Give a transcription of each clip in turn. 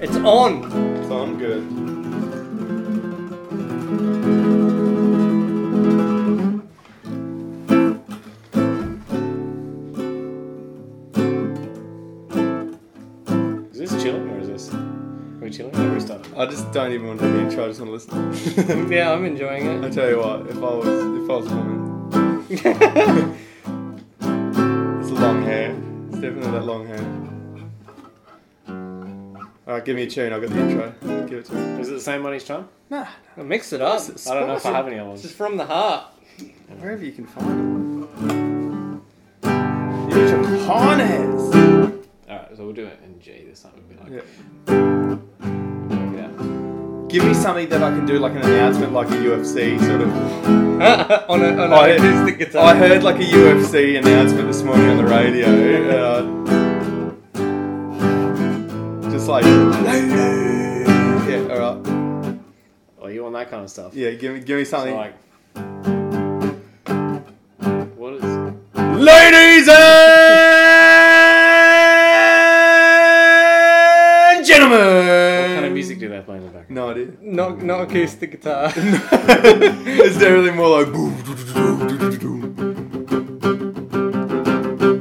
It's on. So I'm good. Is this chilling or is this? Are we chilling or are we stopping? I just don't even want to do the intro. I just want to listen. Yeah, I'm enjoying I it. tell you what, if I was if I was a woman, it's long hair. It's definitely that long hair. All right, give me a tune. I've got the intro. Give it to me. Is it the same one each time? Nah, I mix it up. It's- I don't know if I Awesome. have any other It's ones. just from the heart. wherever you can find it. You need your harness. Alright, so we'll do it in G this time. We'll be Yeah. like, yeah. Give me something that I can do like an announcement, like a UFC sort of. on a, on a I- acoustic guitar. I heard like a UFC announcement this morning on the radio. Uh, just like, yeah, all right, Oh, you want that kind of stuff? yeah. Give me, give me So something. like, what is? Ladies and What gentlemen. kind of music do they play in the background? No idea. Not not acoustic guitar. it's definitely more like. boom, doo, doo, doo, doo, doo, doo.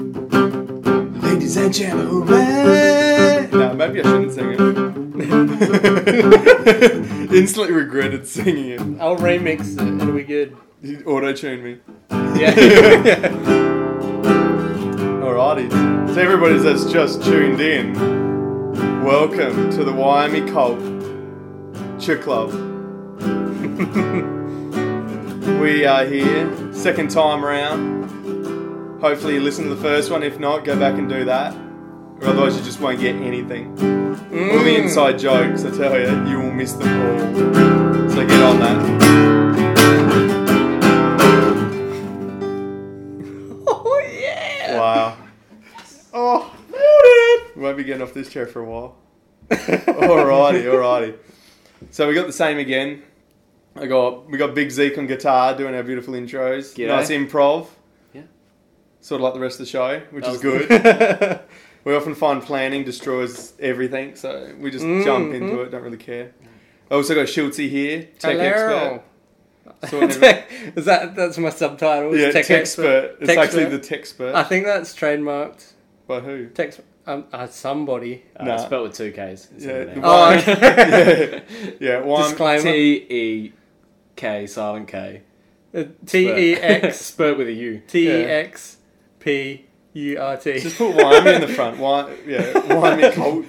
Ladies and gentlemen. Nah, maybe I shouldn't sing it. Instantly regretted singing I'll remix it. It'll be good. it. Auto tune me. Yeah. Alrighty. So, everybody that's just tuned in, welcome to the Wyoming Cult Chick Club. we are here, second time round. Hopefully, you listened to the first one. If not, go back and do that. Or otherwise, you just won't get anything. All the inside jokes, I tell you, you will miss them all. So, get on that. oh yeah. Wow. Oh, nailed it! We won't be getting off this chair for a while. alrighty, alrighty. So we got the same again. I got we got Big Zeke on guitar doing our beautiful intros. G'day. Nice improv. Yeah. Sort of like the rest of the show, which That is was- good. we often find planning destroys everything, so we just jump into it. Don't really care. I also got Schultzy here, tech Hello. expert. Sorting everything- Tech- Is that that's my subtitle? yeah, It's tech expert. It's Tech actually expert. the Ah. tech expert. I think that's trademarked. By who? Tech. Um, uh, somebody. Uh, Nah. It's spelled with two K's. Yeah, the Oh. Oh, one- okay. yeah, one Disclaimer. T E K silent K. T E X Spurt with a U. T E X P U R T. Just put Wyoming in the front. Wy- yeah, Wyoming cult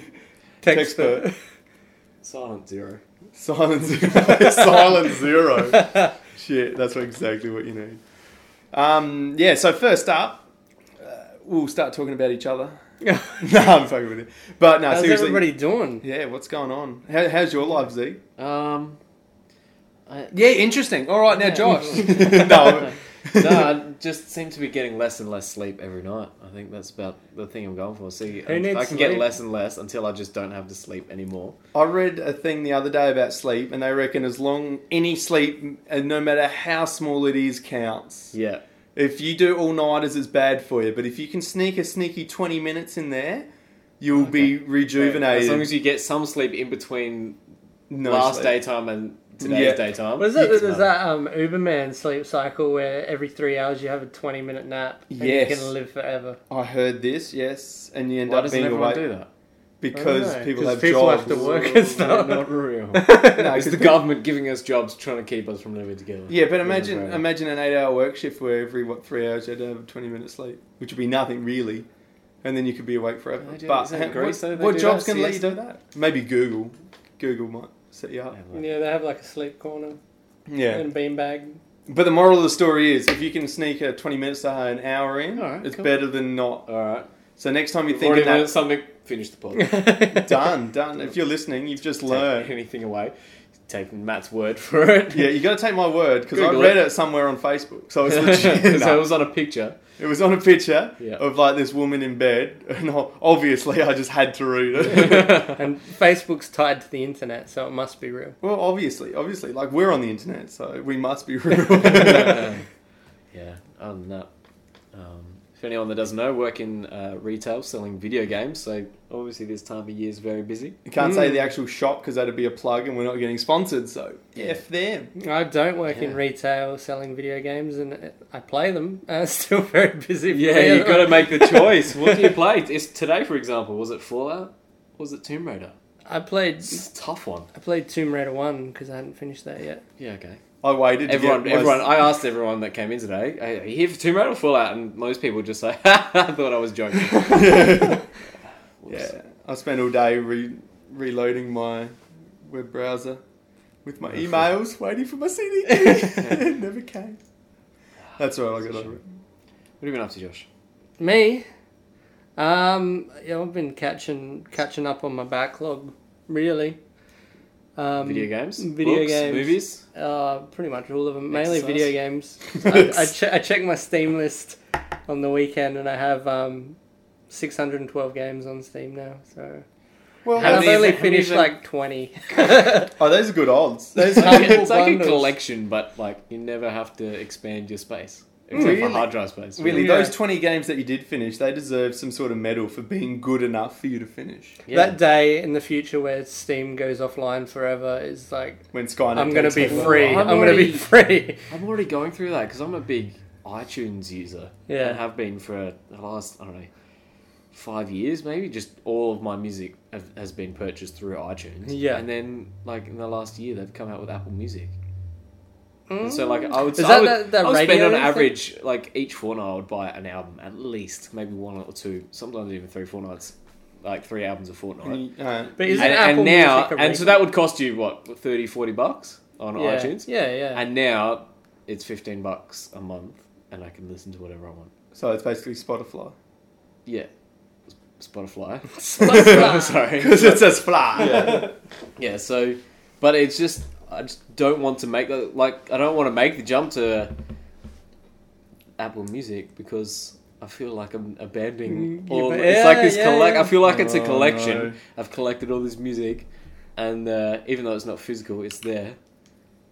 Tech expert. Silent zero. Silent zero. Silent zero. Shit, that's what- exactly what you need. Um, yeah, so first up, uh, we'll start talking about each other. no, I'm fucking with you. But no, How's seriously. everybody doing? Yeah, what's going on? How, how's your life, Z? Um. I, Yeah, interesting. All right, now Josh. no, no, I just seem to be getting less and less sleep every night. I think that's about the thing I'm going for. See, I, needs I can get sleep? less and less until I just don't have to sleep anymore. I read a thing the other day about sleep, and they reckon as long any sleep, and no matter how small it is, counts. Yeah. If you do all nighters, it's bad for you. But if you can sneak a sneaky 20 minutes in there, you'll be rejuvenated. As long as you get some sleep in between no last sleep. daytime and today's Yeah. daytime. Was it it's there's not- that um, Uberman sleep cycle where every three hours you have a twenty minute nap and Yes. you can live forever? I heard this, yes, and you end Why up doesn't being everyone awake do that? Oh, because know, people 'cause have people jobs. have to work and stuff. Not real. No, It's 'cause the government giving us jobs trying to keep us from living together. Yeah, but Living imagine forever. imagine an eight-hour work shift where every what three hours you'd have a twenty-minute sleep, which would be nothing really, and then you could be awake forever. They do- but is that in Greece, though? what, They what do Oh, jobs that can let you siesta? do that? Maybe Google. Google might set you up. Yeah, like- Yeah, they have like a sleep corner Yeah. and a beanbag. But the moral of the story is, if you can sneak a 20 minutes to an hour in, Alright, it's cool. better than not. All right. So next time you're We've already thinking learned that, something. Finish the pod. done, done. If you're listening, you've just Take learned. anything away. Take Matt's word for it. Yeah, you got to take my word because I Google read it. somewhere on Facebook. So it's legit. Because I No. was on a picture. It was on a picture Yeah. of like this woman in bed, and o- obviously I just had to read it. And Facebook's tied to the internet, so it must be real. well, obviously, obviously, like we're on the internet, so we must be real. yeah, other than that, um, If anyone that doesn't know, work in uh, retail selling video games, so obviously this time of year is very busy. You can't say the actual shop because that'd be a plug, and we're not getting sponsored. So Yeah. f them. I don't work in Yeah. retail selling video games, and I play them. Uh, still very busy. Yeah, player. you've got to make the choice. What do you play? It's today, for example, was it Fallout? Was it Tomb Raider? I played. It's a tough one. I played Tomb Raider One because I hadn't finished that yet. Yeah, okay. I waited. to Everyone, get my- everyone. I asked everyone that came in today, "Are you here for Tomb Raider or Fallout?" And most people just say, "I thought I was joking." Yeah, I spent all day re- reloading my web browser with my emails, waiting for my CD. it never came. That's all right. I got over it. What have you been up to, Josh? Me, um, yeah, I've been catching catching up on my backlog. Really, um, Video games, video books, games. movies. Uh, pretty much all of them. Mainly Exercise. video games. I, I, che- I check my Steam list on the weekend, and I have um, 612 games on Steam now. So Well, and How I've many- only how many finished of them- like 20. oh, those are good odds. Those How many- it's like bundles. a collection, but like you never have to expand your space except Really? for hard drive space. Really, Yeah. those 20 games that you did finish, they deserve some sort of medal for being good enough for you to finish. Yeah. That day in the future where Steam goes offline forever is like When Skynet. I'm gonna takes be over. free. I'm I'm, gonna be already- free. I'm already going through that because I'm a big iTunes user. Yeah. And have been for the last, I don't know, five years maybe. Just all of my music have, has been purchased through iTunes. Yeah. And then, like, in the last year, they've come out with Apple Music. And so, like, I would, Mm. Is I that would, that- that I would spend radio on thing? average, like, each fortnight, I would buy an album, at least, maybe one or two, sometimes even three fortnights, like, three albums a fortnight Uh, But is and, it and Apple now Music a and so reason? that would cost you what 30 40 bucks on yeah. iTunes Yeah, yeah. and now it's 15 bucks a month and I can listen to whatever I want so it's basically Spotify. yeah Spotify sorry Because it says fly. Yeah. yeah so but it's just I just don't want to make the like I don't want to make the jump to Apple Music because I feel like I'm abandoning Mm, all yeah, it's like this yeah, collect yeah. I feel like it's a Oh, collection no. I've collected all this music and uh, even though it's not physical it's there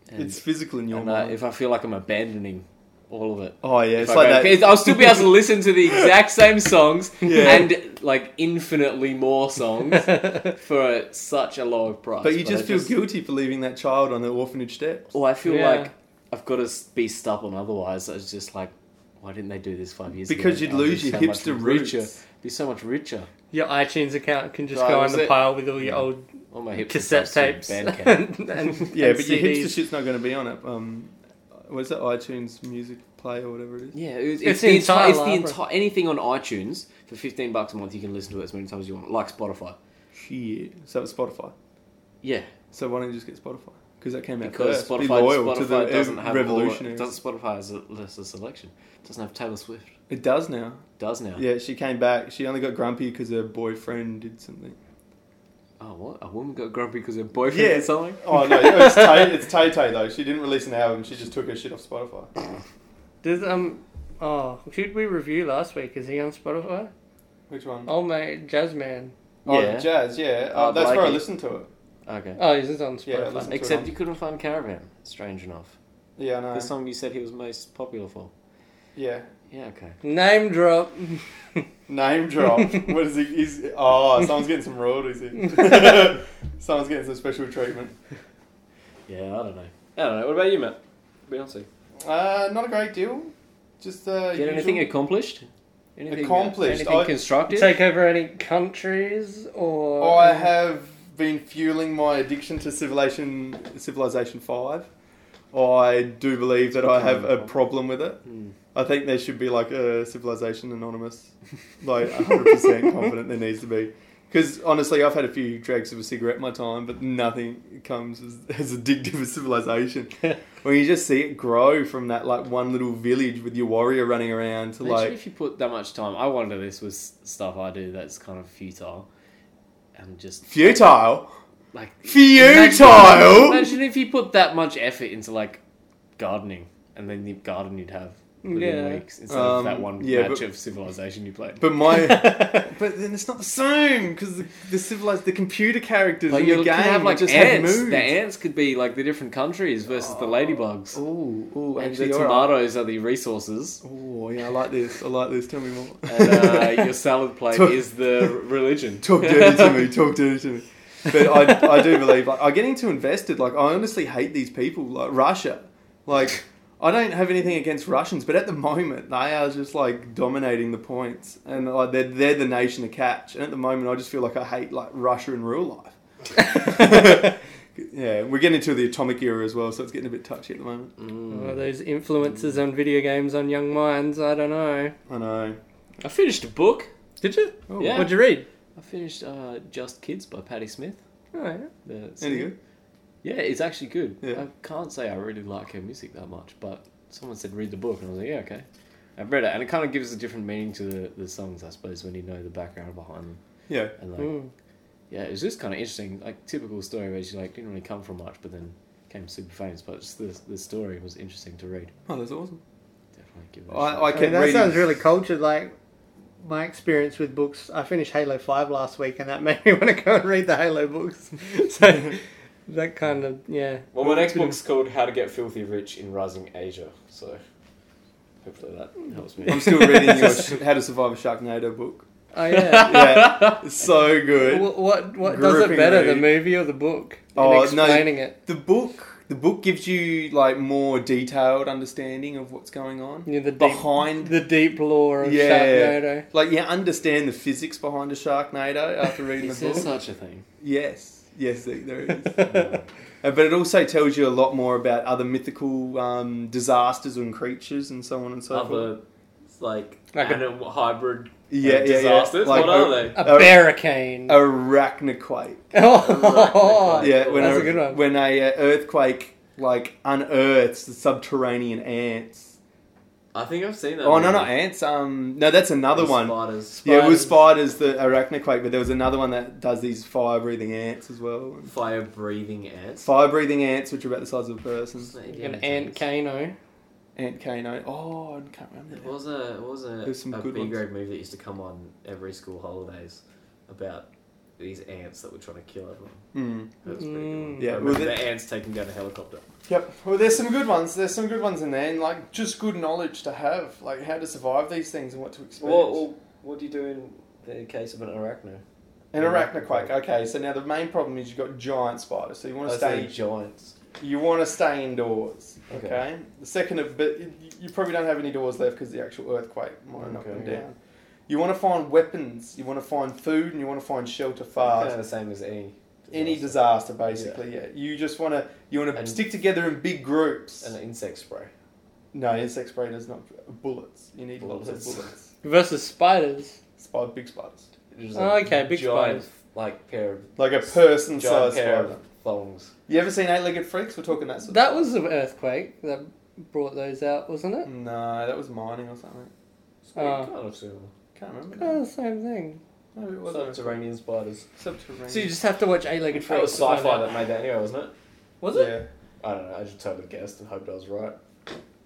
and, It's physical in your and, uh, mind. if I feel like I'm abandoning all of it oh, yeah. It's if I like go- that. it's- I'll still be able to listen to the exact same songs Yeah. and like infinitely more songs for such a low price. but you just I feel guilty for leaving that child on the orphanage steps. Well, I feel Yeah. like I've got to s- be stubborn. Otherwise, it's just like, why didn't they do this five years ago? Because you'd I'll be lose your so much hipster richer. roots. Be so much richer. your iTunes account can just Right, go was on the it- pile with all your Yeah. old All my hipster cassette tapes tapes. and and, Bandcamp. and- Yeah, and but your CDs. hipster shit's not going to be on it. Um, what is that? iTunes Music Play or whatever it is. Yeah, it's, It's it's, the the entire, entire it's the library. entire anything on iTunes for fifteen bucks a month. You can listen to it as many times as you want, like Spotify. Shit. So it's Spotify. Yeah, So why don't you just get Spotify? Because that came out because first. Spotify, be loyal Spotify to the doesn't revolutionary. have revolutionary. All, doesn't Spotify has a, has a selection. Doesn't have Taylor Swift. It does now. Does now? Yeah, she came back. She only got grumpy because her boyfriend did something. Oh, what? A woman got grumpy because her boyfriend Yeah. did something. Oh no, it's Tay. It's Tay Tay though. She didn't release an album. She just took her shit off Spotify. Does, um, oh, who'd we review last week? Is he on Spotify? Which one? Oh, mate, Jazzman. Oh, Yeah. jazz. Yeah, uh, I'd that's like where I it. listened to it. Okay. Oh, he's on Yeah, Spotify. listen- Except you couldn't find Caravan. Strange enough. Yeah, I know. The song you said he was most popular for. Yeah, Yeah. Okay. Name drop. name drop. what is he? He's, oh, someone's getting some royalties. Here. someone's getting some special treatment. Yeah, I don't know. I don't know. What about you, Matt? Beyonce. Uh, not a great deal. Just uh, Get anything usual- accomplished? Anything, uh, Accomplished. Anything I- constructive? Take over any countries or. Oh, I have been fueling my addiction to civilization, civilization five. I do believe that I have a problem with it. Hmm. I think there should be like a civilization anonymous. Like 100% confident there needs to be. Because honestly, I've had a few drags of a cigarette in my time, but nothing comes as, as addictive as civilization. when you just see it grow from that like one little village with your warrior running around to Imagine like if you put that much time. I wonder this was stuff I do that's kind of futile, and just futile, like futile. Imagine if you put that much effort into like gardening, and then the garden you'd have within Yeah. weeks instead Um, of that one yeah, match but- of Civilization you played. But my, but then it's not the same because the, the civilized, the computer characters like in the you game could have like just ants. have moves. the ants could be like the different countries versus the Oh. ladybugs. Ooh, ooh, and actually, the tomatoes are the resources. Oh yeah, I like this. I like this. Tell me more. And uh, your salad plate Talk- is the religion. talk dirty to me. Talk dirty to me. But I, I do believe like, I'm getting too invested. Like I honestly hate these people. Like Russia, like I don't have anything against Russians, but at the moment they are just like dominating the points, and like they're they're the nation to catch. And at the moment, I just feel like I hate like Russia in real life. yeah, we're getting into the atomic era as well, so it's getting a bit touchy at the moment. Oh, Mm. those influences on video games on young minds, I don't know. I know. I finished a book. Did you? Oh, Yeah. What'd you read? I finished uh, Just Kids by Patti Smith. Oh, yeah. The Any singer. good? Yeah, it's actually good. Yeah. I can't say I really like her music that much, but someone said read the book, and I was like, yeah, okay. I've read it, and it kind of gives a different meaning to the, the songs, I suppose, when you know the background behind them. Yeah. And like, Mm. yeah, it was just kind of interesting, like typical story where she like didn't really come from much, but then became super famous. But just the the story was interesting to read. Oh, that's awesome. Definitely give it. a I, shot. I kept that reading. sounds really cultured. Like my experience with books, I finished Halo Five last week, and that made me want to go and read the Halo books. so that kind of yeah. well, my next book's called How to Get Filthy Rich in Rising Asia, so hopefully that helps me. I'm still reading your sh- How to Survive a Sharknado book. Oh yeah. Yeah, it's so good. what what, what does Gripping it better, the read. movie or the book? In Oh, no. explaining it. The book, the book gives you like more detailed understanding of what's going on You know, the deep, behind. the deep lore of Yeah. Sharknado. Like, yeah, understand the physics behind a Sharknado after reading Is the there book. such a thing? Yes, yes, there- there is. Uh, but it also tells you a lot more about other mythical um, disasters and creatures and so on and so uh, forth. Other like, Like a- animal hybrid Yeah, yeah, yeah. disasters. Like, what are they? A Oh. barricane. Arachnoquake. Oh, Arachnoquake. Yeah, when that's a, a good one. when a uh, earthquake like unearths the subterranean ants. I think I've seen that. Oh no, movie. not ants. Um, no, that's another With one. Spiders. Yeah, it was spiders, the arachnoquake, but there was another one that does these fire breathing ants as well. Fire breathing ants. Fire breathing ants, which are about the size of a person. Like an ant cano. Ant cano. Oh, I can't remember. It that. was a it was a, There's some a good B grade movie that used to come on every school holidays about these ants that were trying to kill everyone. Mm. That was pretty good. Mm. one. Yeah, I well, remember the- the ants taking down a helicopter. Yep. Well, there's some good ones. There's some good ones in there, and like just good knowledge to have, like how to survive these things and what to expect. what do you do in the case of an arachno? An arachnoquake. Okay, so now the main problem is you've got giant spiders, so you want to stay. giants. You want to stay indoors. Okay. Okay. The second of, but you- you probably don't have any doors left because the actual earthquake might knock Okay, them yeah. down. You want to find weapons. You want to find food, and you want to find shelter Kind fast. of the same as any Any disaster, basically. Yeah. You just want to. You want to And- stick together in big groups. and an insect spray. no, insect spray does not. Bullets. You need lots Bullets. of bullets. Versus spiders. Spider, big spiders. It was Oh, a okay, big giant, spiders. Like pair of Like a S- person-sized giant pair spider. of thongs. You ever seen eight-legged freaks? We're talking that. Sort of That was an earthquake that brought those out, wasn't it? No, that was mining or something. So Oh. kind of similar. Can't Mm. remember. Oh, same thing. No, it wasn't. Subterranean spiders. Subterranean. So you just have to watch eight-legged That was freaks. to sci-fi find out. that made that anyway, wasn't it? Was it? I don't know. I just totally guessed and hoped I was right.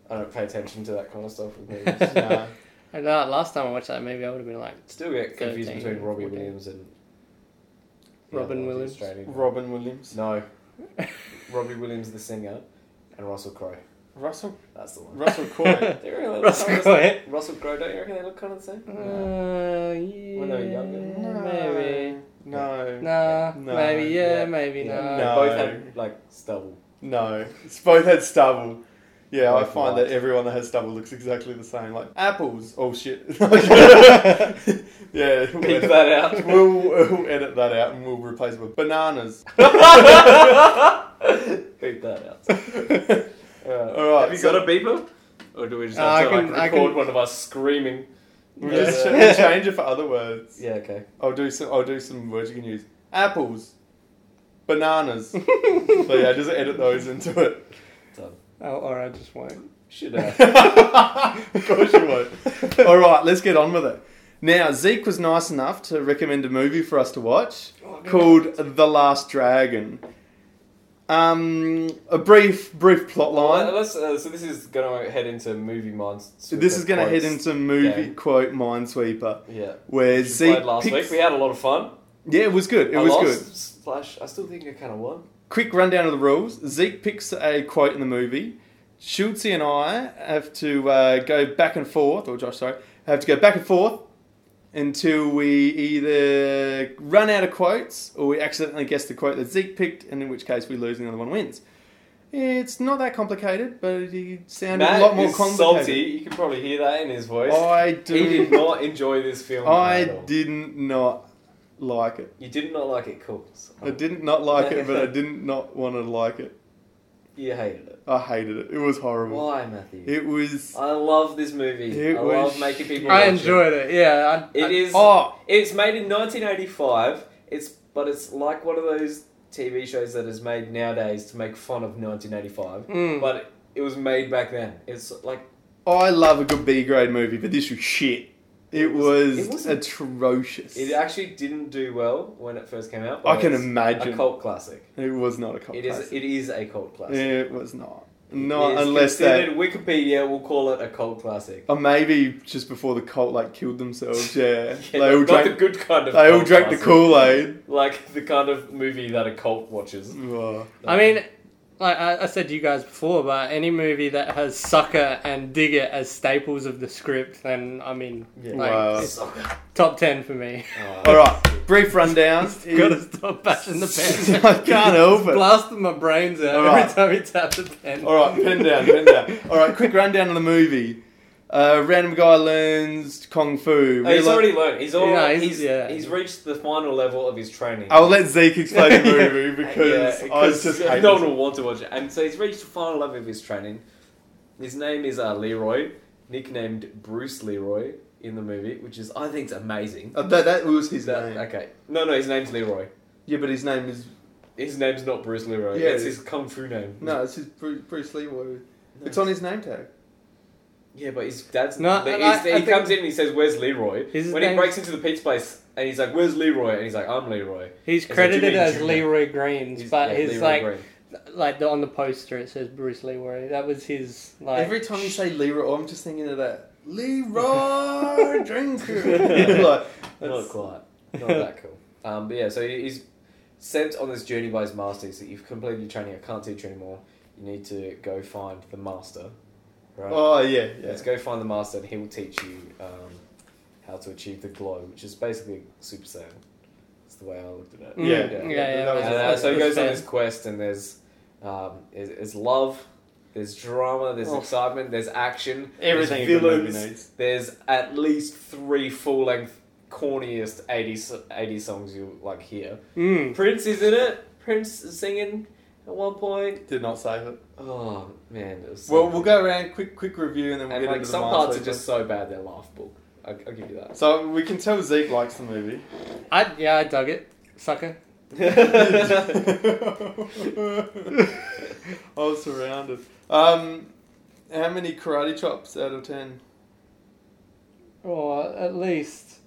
I don't pay attention to that kind of stuff with Yeah. movies. No. I know, uh, last time I watched that movie, I would have been like, Still get confused 13, between Robbie 14. Williams and Robin one, the Williams. Australian. Robin Williams. No, Robbie Williams the singer, and Russell Crowe. Russell That's the one. Russell Crowe. They really look Russell kind of the Crowe. Mm. same. Russell Crowe. Don't you reckon they look kind of the same? Uh, yeah, When they were younger. No. maybe. No. Nah, No, maybe yeah, yeah, maybe Yeah. no. They No. both had like stubble. No. It's both had stubble. Yeah, I Both find white. that everyone that has stubble looks exactly the same. Like apples. Oh shit. yeah. Pick We'll, that out. we'll, we'll edit that out and we'll replace it with bananas. Beep that out. All right, Have you so- got a beeper? Or do we just Uh, have I to can- I like, record can- one of us screaming? We'll Yeah. just ch- change it for other words. Yeah, okay. I'll do some. I'll do some words you can use. Apples, bananas. so yeah, just edit those into it. Done. Oh, or I just won't. Should uh, of course you won't. All right, let's get on with it. Now Zeke was nice enough Oh, to recommend a movie for us to watch called The Last Dragon. Um, a brief, brief plot line. Let's, uh, so this is going to head into movie minds. So this is going to head into movie game. quote Minesweeper, Yeah. where Which we Zeke. played last picks- week. We had a lot of fun. yeah, it was good. It I was lost, good. Slash, I still think I kind of won. Quick rundown of the rules. Zeke picks a quote in the movie. Schultzy and I have to uh, go back and forth, or Josh, sorry, have to go back and forth until we either run out of quotes or we accidentally guess the quote that Zeke picked, and in which case we lose and the other one wins. It's not that complicated, but it sounded Matt a lot more is complicated. salty. You can probably hear that in his voice. I he do. did not enjoy this film. I at all. didn't not like it. You did not like it, cool. So I didn't not like it, but I didn't not want to like it. You hated it. I hated it. It was horrible. Why, Matthew? It was. I love this movie. It I was love making people. I watch enjoyed it. Yeah, I, It I- is. Oh, It's made in 1985. It's but it's like one of those TV shows that is made nowadays to make fun of 1985. Hmm. Mm. But it was made back then. It's like oh, I love a good B grade movie, but this was shit. It It was- was it wasn't- atrocious. it actually didn't do well when it first came out. but I can it's imagine. a cult classic. It was not a cult It is. classic. It is a cult classic. It was not. It Not is unless that. considered- Wikipedia will call it a cult classic. Or maybe just before the cult like killed themselves. Yeah, Yeah, they all not drank. the good kind of. they all cult drank the classic. Kool Aid. Like the kind of movie that a cult watches. I um, mean, like I, I said to you guys before, but any movie that has sucker and digger as staples of the script, then I mean, Yeah. like Wow. it's So- top ten for me. Oh, Uh, All right, brief rundown. Gotta stop bashing the pen. I can't help it. Blasting my brains out every Alright. time you tap the pen. All right, pen down, pen down. All right, quick rundown of the movie. Uh, random guy learns kung fu. No, Oh, he's Reali- already learned. He's all. Yeah, he's he's- he's, yeah. reached the final level of his training. I'll let Zeke explain the Yeah. movie Oh, because I was just hate no this. one will want to watch it. And so he's reached the final level of his training. His name is uh, Leroy, nicknamed Bruce Leroy in the movie, which is I think it's amazing. Uh, that, that was his Is that name. okay? No, no, his name's Leroy. Yeah, but his name is His name's not Bruce Leroy. Yeah, it's it his kung fu name. no, it's his Bruce, Bruce Leroy. No. It's on his name tag. Yeah, but his dad's No, but and he's- I- I he think- comes in and he says, "Where's Leroy?" His when he name- breaks into the pizza place and he's like, "Where's Leroy?" and he's like, "I'm Leroy." He's It's a credited Jimmy as Jr. Leroy Greens, but yeah, his Leroy like, Green. like the, on the poster it says Bruce Leroy. That was his like. Every time you say Leroy, I'm just thinking of that Leroy Drinker. like, Not quite. Not that cool. Um, but yeah, so he- he's sent on this journey by his master. He's like, you've completed your training. I can't teach you anymore. You need to go find the master. Right? oh yeah, yeah. Let's go find the master, and he will teach you um, how to achieve the glow, which is basically Super Saiyan. That's the way I looked at it. Mm, Yeah. yeah, Yeah. yeah, That was- And, that's- uh, so he that's goes on fair. his quest, and there's, um, there's, there's love, there's drama, there's Oh. excitement, there's action, Everything there's a good villains, movie needs. there's at least three full length corniest 80s, 80s songs you like hear. Mm. Prince is in it. Prince is singing at one point. Did not save it. Oh man, it was so Well, we'll good. go around quick, quick review, and then we'll And get like into some the parts Minesweeper. are just so bad they're laughable. I'll, I'll give you that. So we can tell Zeke likes the movie. Mm. I yeah, I dug it, sucker. I was surrounded. Um, how many karate chops out of ten? Or at least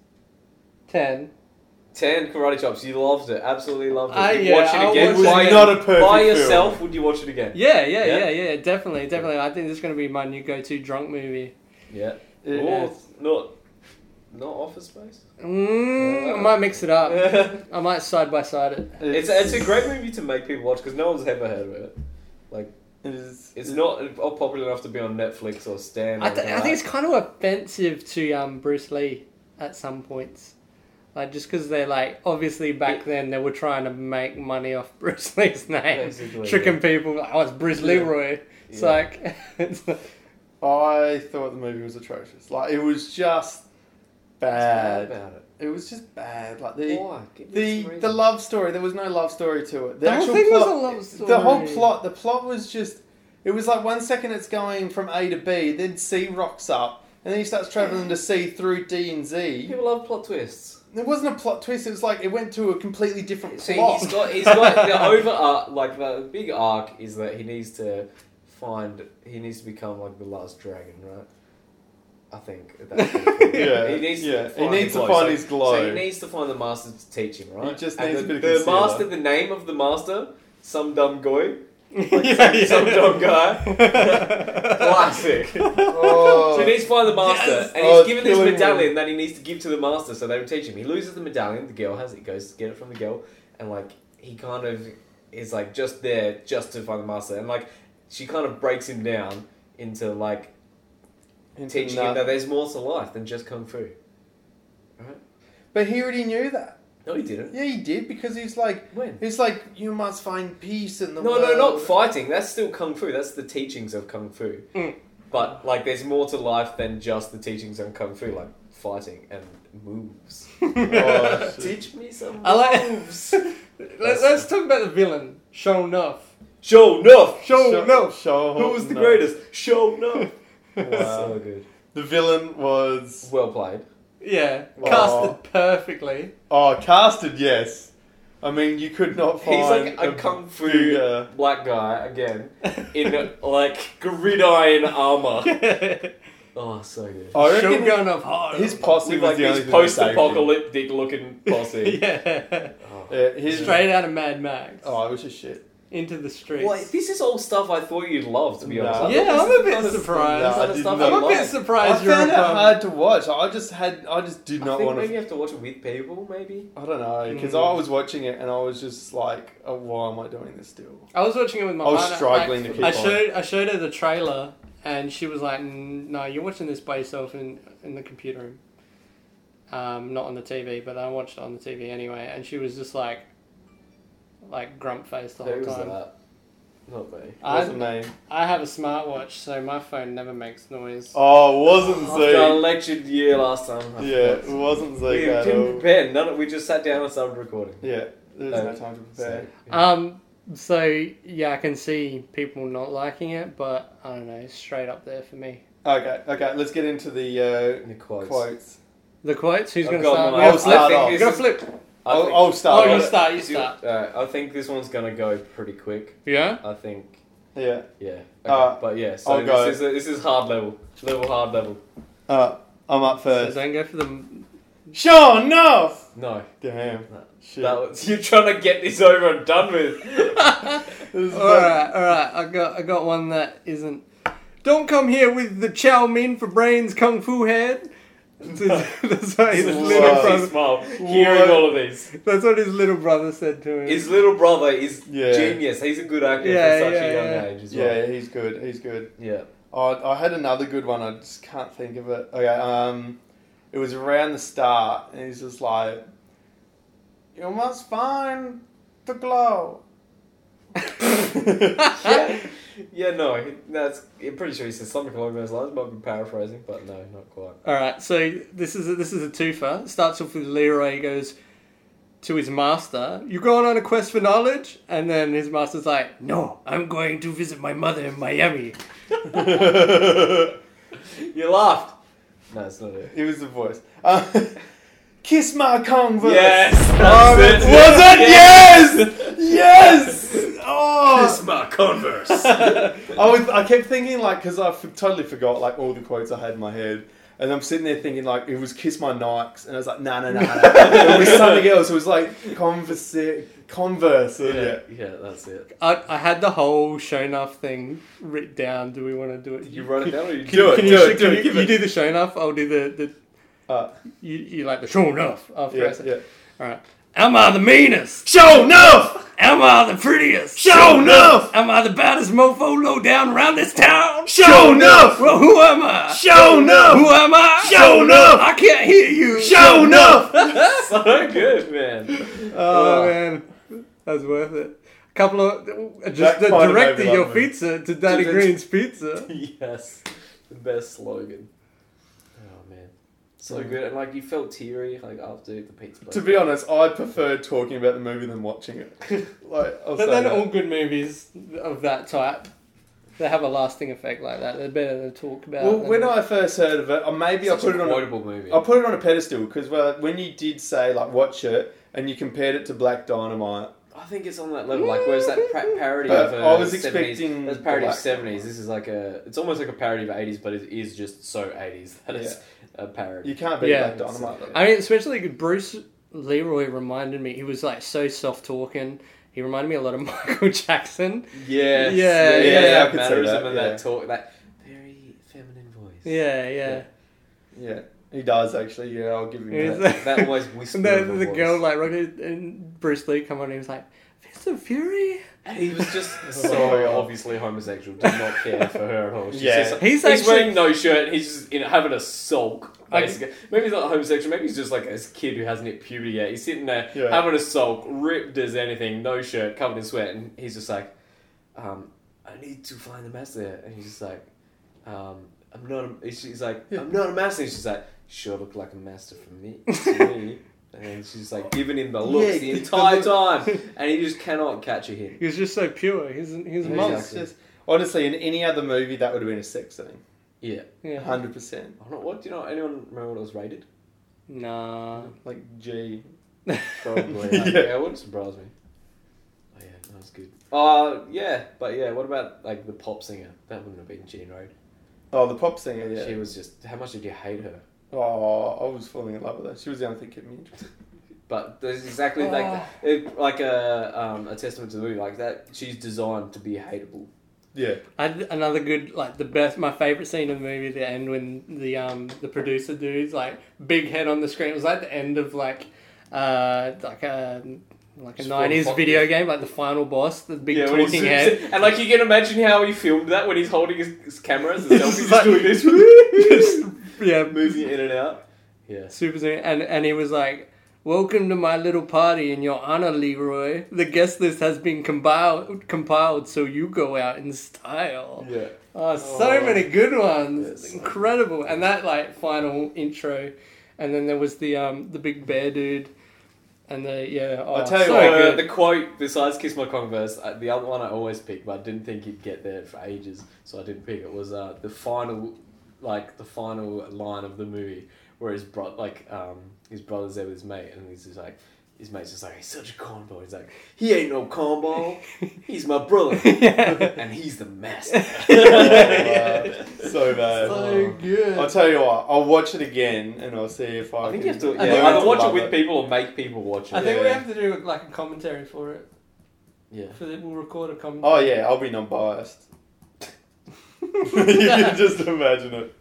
ten. Ten karate chops. You loved it. Absolutely loved it. I- You'd yeah, watch it I'll again. watch it by, again. Not a perfect by film. yourself, would you watch it again? Yeah, yeah, Yeah? yeah, yeah, definitely, definitely. I think this is gonna be my new go-to drunk movie. Yeah. Yeah. Or not, not Office Space. Mm, I might mix it up. it's, I might side by side it. a, it's a great movie to make people watch because no one's ever heard of it. It is. It's not uh, popular enough to be on Netflix or Stan. or I, th- anything I like think it's kind of offensive to um, Bruce Lee at some points. Like, just because they're like, obviously back then they were trying to make money off Bruce Lee's name. Basically, Tricking people, like, oh, it's Bruce Yeah. Leroy. It's Yeah. like, it's like, I thought the movie was atrocious. Like it was just uh, that. bad. What's bad about it. It was just bad. Like the Why? Give me the some the reason. love story. There was no love story to it. The, The whole actual thing was plot, a love The whole story. plot. The plot was just. It was like one second it's going from A to B, then C rocks up, and then he starts traveling to C through D and Z. people love plot twists. There wasn't a plot twist. It was like it went to a completely different So plot. he's got he's got the over arc, like the big arc is that he needs to find he needs to become like the last dragon, right? I think at that point. Yeah, he needs yeah. to He find, needs the to glow. find So- his glow. So he needs to find the master to teach him, right? He just And needs a bit the, of the concealer. master. The name of the master some dumb guy. Like Yeah, some, some yeah. dumb guy. Classic. So he Oh, needs to find the master, Yes. and Oh, he's it's given this killing me. medallion that he needs to give to the master, so they would teach him. He loses the medallion, the girl has it, he goes to get it from the girl, and like he kind of is like just there just to find the master, and like she kind of breaks him down into like teaching him that there's more to life than just kung fu. but he already knew that. No, he didn't. Yeah, he did because he's like, When? he's like, you must find peace in the No, world. no, not fighting. That's still kung fu. That's the teachings of kung fu. Mm. But like, there's more to life than just the teachings on kung fu, like fighting and moves. Oh, shit. Teach me some I like- moves. Let, let's talk about the villain, Sean Nuff. Show enough. Sho- Sho- Who was the no. greatest? Show enough. Wow. So good. The villain was Well played. Yeah, Wow. casted perfectly. oh casted. Yes, I mean you could not find. He's like a kung fu bigger- black guy again in like gridiron armor. Oh, so good. I reckon Shogun of Hard. his posse With was like the only these thing that saved him. post-apocalyptic looking posse. yeah, Oh. Yeah, his, straight out of Mad Max Oh, it was just shit. into the streets. Well, this is all stuff I thought you'd love, to be honest. Nah. I thought Yeah, this I'm a is the bit kind of- surprised. this is the I kind of did stuff not. I I'm a bit like. surprised I you're found it above. hard to watch. I just had, I just did I not think want maybe you to. have to watch it with people, maybe. I don't know because Mm. I was watching it and I was just like, oh, why am I doing this still? I was watching it with my I was partner. struggling to keep I on. showed I showed her the trailer, and she was like, "N- "No, you're watching this by yourself in in the computer room, um, not on the TV." But I watched it on the TV anyway, and she was just like, like grump faced the whole Who was time. that? Not me. What's the I name? I have a smartwatch, so my phone never makes noise. Oh, it wasn't After I Z. lectured you last time. I Yeah, it forgot. wasn't Z We at didn't all. prepare. None of, we just sat down and started recording. Yeah, there's No. no time to prepare. So, Um. So yeah, I can see people not liking it, but I don't know. It's straight up there for me. Okay, okay, let's get into the in the uh, quotes. quotes. The quotes. Who's Oh, I've going to got start? mine. I'll We're start flipping. off. We're This gonna is- flip. I I'll, think, I'll start. Oh, you with it. start. You Do you- start. uh, I think this one's gonna go pretty quick. Yeah. I think. Yeah. Yeah. Okay. Uh, but yeah. So I'll this go. is a, this is hard level. Level hard level. Uh, I'm up So first. don't go for the Sean, no. No. Damn. No. Shit. That was, you're trying to get this over and done with. This is All right, all right. I got I got one that isn't. Don't come here with the Chow Mein for brains kung fu head. That's that's what his little Wow. Little brother. smile. Hearing What? all of these. That's what his little brother said to him. His little brother is Yeah. genius. He's a good actor Yeah, for such yeah, a young yeah. age as well. Yeah, he's good. He's good. Yeah. I, I had another good one. I just can't think of it. Okay, um, it was around the start, and he's just like, "You must find the glow." yeah. Yeah, no, that's. I'm pretty sure he says something along those lines. Might be paraphrasing, but no, not quite. All right, so this is a, this is a twofer. It starts off with Leroy goes to his master. You're going on a quest for knowledge, and then his master's like, "No, I'm going to visit my mother in Miami." You laughed. No, it's not it. It was the voice. Uh, Kiss my converse. Yes, Um, that's it. Was it? Yes. Yes. Oh, Kiss my Converse. I was, I kept thinking like because I f- totally forgot like all the quotes I had in my head, and I'm sitting there thinking like it was "Kiss My Nikes," and I was like, "No, no, no, no." It was something else. It was like Converse, Converse. Yeah. yeah, yeah, that's it. I, I had the whole show enough thing written down. Do we want to do it? You wrote it down, or you Do it, Can you, do sh- it, do can it, you- give you it. do the show enough. I'll do the, Uh, the you, you like the show enough after I yeah, say. yeah. All right. Am I the meanest? Show enough. Am I the prettiest? Show enough. Am I the baddest mofo low down around this town? Show enough. Well, who am I? Show Who enough. am I? Show enough. I can't hear you. Show enough. So good, man. Oh Ugh. man, that's worth it. A couple of just That the might have director made me your laugh. pizza to Daddy Dude, that's- Green's pizza. Yes, the best slogan. Oh man, so good. And like you felt teary like after the pizza. Mm. To place. be honest, I prefer talking about the movie than watching it. Like, I'll But say then that. all good movies of that type, they have a lasting effect like that. They're better to talk about. well, than- when I first heard of it, or maybe I Such put a it on. A, quotable movie. I put it on a pedestal because well, when you did say like watch it and you compared it to Black Dynamite. I think it's on that level. Like, where's that pra- parody But of? Uh, I was 70s? expecting That's parody of black. seventies. This is like a. It's almost like a parody of eighties, but it is just so eighties that it's a parody. You can't beat Yeah. Black Dynamite. I mean, especially Bruce Leroy reminded me he was like so soft talking. He reminded me a lot of Michael Jackson. Yes. Yeah, yeah, yeah, that I could say mannerism that, and yeah. that talk, that very feminine voice. Yeah, yeah. Yeah, he does actually. Yeah, I'll give him Is that. That always whisper. And the, of a the voice. girl like rocket and Bruce Lee come on and he was like, Fist of Fury? And he was just Oh my so God. obviously homosexual. Did not care for her at all. She's Yeah. just- He's he's actually- wearing no shirt. And he's just you know, having a sulk. I- Basically, maybe he's not homosexual. Maybe he's just like a kid who hasn't hit puberty yet. He's sitting there Yeah. having a sulk, ripped as anything, no shirt, covered in sweat, and he's just like, um, "I need to find the master." And he's just like, um, "I'm not." A, she's like, "I'm not a master." And she's like, "Sure, look like a master for me." To me. And she's like giving him the looks Yeah, the the entire look. time, and he just cannot catch a hit. He was just so pure. He's he's a Yeah, monk. It's just- honestly, in any other movie, that would have been a sex scene. Yeah. Hundred percent. I don't know, what do you know? Anyone remember what it was rated? Nah. Like G. Probably. Yeah. yeah. yeah, it wouldn't surprise me. Oh yeah, that was good. Uh yeah, but yeah, what about like the pop singer? That wouldn't have been Jean Road. Oh, the pop singer. Yeah. She was just how much did you hate her? Oh, I was falling in love with her. She was the only thing keeping me interested. But there's exactly like Ah. it, like a um, a testament to the movie like that. She's designed to be hateable. Yeah. I had another good like the best my favorite scene of the movie the end when the um the producer dude's like big head on the screen it was like the end of like uh like a like a Just nineties full- video game like the final boss the big Yeah, when he talking zooms head in- and like you can imagine how he filmed that when he's holding his, his camera as a selfie, just like- doing this, Just, yeah moving it in and out. Yeah. super zoom and and he was like. Welcome to my little party in your honor, Leroy. The guest list has been compiled, compiled, so you go out in style. Yeah. Oh, so Oh. many good ones. Yes. Incredible. And that like final intro and then there was the um the big bear dude and the yeah, oh, I'll tell you so what, Uh, good. the quote besides "Kiss My Converse," uh, the other one I always pick, but I didn't think you'd get there for ages, so I didn't pick it. Was uh, the final, like the final line of the movie, where his bro, like um, his brother's there with his mate, and he's just like, his mate's just like, he's such a combo. He's like, he ain't no combo. He's my brother, and he's the master. Oh, wow. So bad. so good. I'll tell you what. I'll watch it again and I'll see if I. I think you can- have to I yeah, think- either watch it Love with people or make people watch I it. think we yeah. have to do like a commentary for it. Yeah. For the, we'll record a commentary. Oh yeah, I'll be non-biased. Oh, you can just imagine it.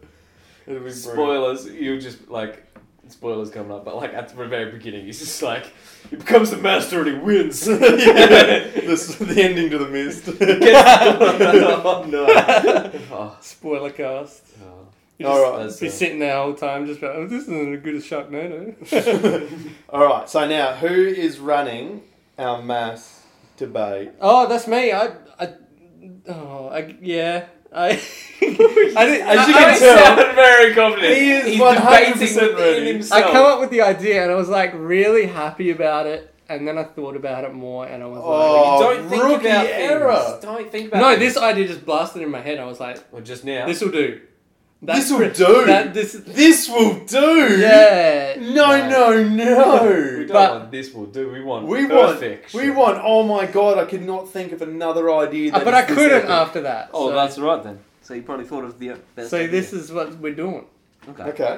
It'll be brutal. Spoilers, you just like spoilers coming up, but like at the very beginning, he's just like he becomes the master and he wins. yeah, the, the ending to the mist. oh no! Oh, Spoiler cast. oh. You just All right. That's, be uh, sitting there the whole time just like, oh, this isn't as good as Sharknado. All right. So now, who is running our mass debate? oh, that's me. I, I oh I, yeah. I, I didn't, As you I- can I- tell, sound very confident. He is he's 100% debating ready. within I himself. come up with the idea and I was like really happy about it, and then I thought about it more and I was Oh, Don't think rookie about error. things. Don't think like, about no, things. this idea just blasted in my head. I was like, Well, just now. this will do. This will do. That, this, This will do. yeah. No, no, we no. don't but- want this will do. We want We want. perfection. We want. Oh my god! I could not think of another idea. Uh, That but is I this couldn't epic. after that. Oh, so, that's right then. So you probably thought of the best. so. idea. This is what we're doing. uh, okay. Okay.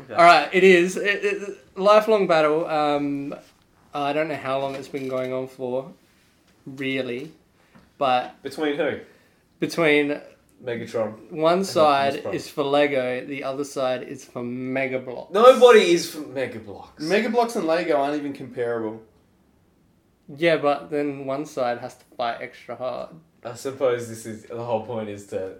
Okay. All right. It is it, it, lifelong battle. Um, I don't know how long it's been going on for, really, but Between who? between Megatron. One side Prime. is for Lego, the other side is for Mega Bloks. Nobody is from Mega Blocks. Mega Bloks and Lego aren't even comparable. Yeah, but then one side has to fight extra hard. I suppose this is the whole point is to.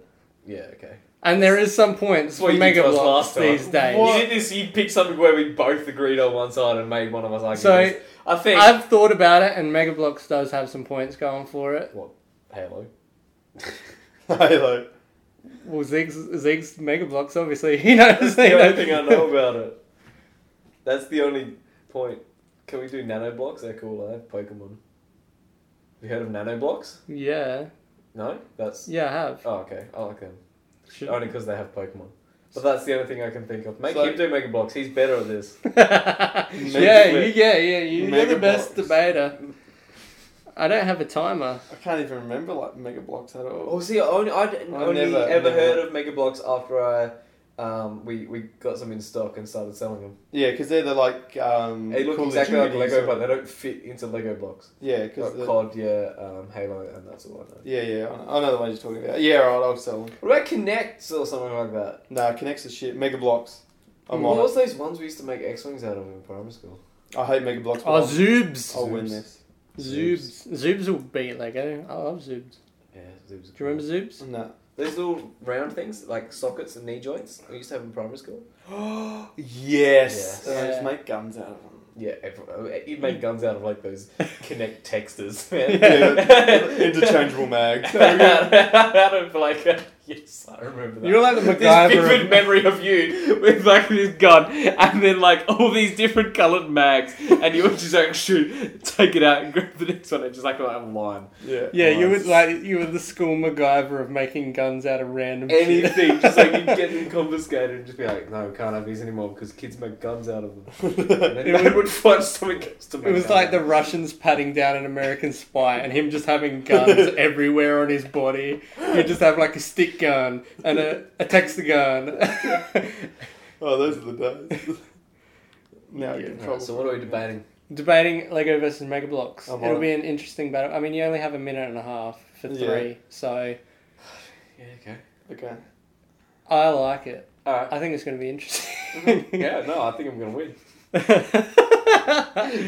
Yeah, okay. And there is some points That's for what you did Mega to us Bloks last time. these days. What? You did this. You picked something where we both agreed on one side and made one of us argue. So, this. I think I've thought about it, and Mega Bloks does have some points going for it. Halo. Halo. Well, Zeke's, Zeke's Mega Bloks, obviously, he knows. That's the that. only thing I know about it. That's the only point. Can we do nano blocks? They're cool. I have Pokemon. You heard of nano blocks? Yeah, No, that's. yeah, I have. Oh, okay. I like them. Should- Only because they have Pokemon. But that's the only thing I can think of. Make So- him do Mega Blocks. He's better at this. yeah, you, Blocks. yeah, yeah, you, you're the Mega best Bloks. debater. I don't have a timer. I can't even remember like Mega Blocks at all. Oh, see, I only, I d- I've only never- ever never. heard of Mega Bloks after I um, we, we got some in stock and started selling them. Yeah, because they're the like. Um, They look Call of exactly like Duties Lego, or- but they don't fit into Lego blocks. yeah, because Like COD, yeah, um, Halo, and that's all I know. yeah, yeah, I I know the one you're talking about. Yeah, all right, I'll sell them. What about Connect or something like that? Nah, connects the shit. Mega blocks. I'm what on was those ones we used to make X wings out of in primary school? it. I hate mega blocks. but Oh, I'll- Zoobs. I'll win this. Zoobs. Zoobs will beat Lego. I love Zoobs. Yeah, it was Do you remember Zoobs? No. those little round things like sockets and knee joints we used to have in primary school? yes. Yes. And I just Yeah. make guns out of them. Yeah, every- you'd make guns out of like those Connect texters, man. Yeah, interchangeable mag. out of like a, yes, I remember that. You're like the this MacGyver. vivid of- memory of you with like this gun and then like all these different coloured mags and you would just like shoot, take it out and grab the next one and just like a line. Yeah. Yeah, you were like you were the school MacGyver of making guns out of random shit. Anything, just like you'd get them confiscated and just be like, no, we can't have these anymore because kids make guns out of them. And then It no was- one would find something else to make It was out like of the it. Russians patting down an American spy and him just having guns everywhere on his body. He'd just have like a stick gun and a, a texter gun. Oh, those are the days. now I get in Alright, trouble. so what are we debating? Debating Lego versus Mega Blocks. I'm on It'll it. be an interesting battle. I mean, you only have a minute and a half for Yeah. three, so Yeah, okay. Okay. I like it. Alright. I think it's going to be interesting. Yeah, no, I think I'm gonna win.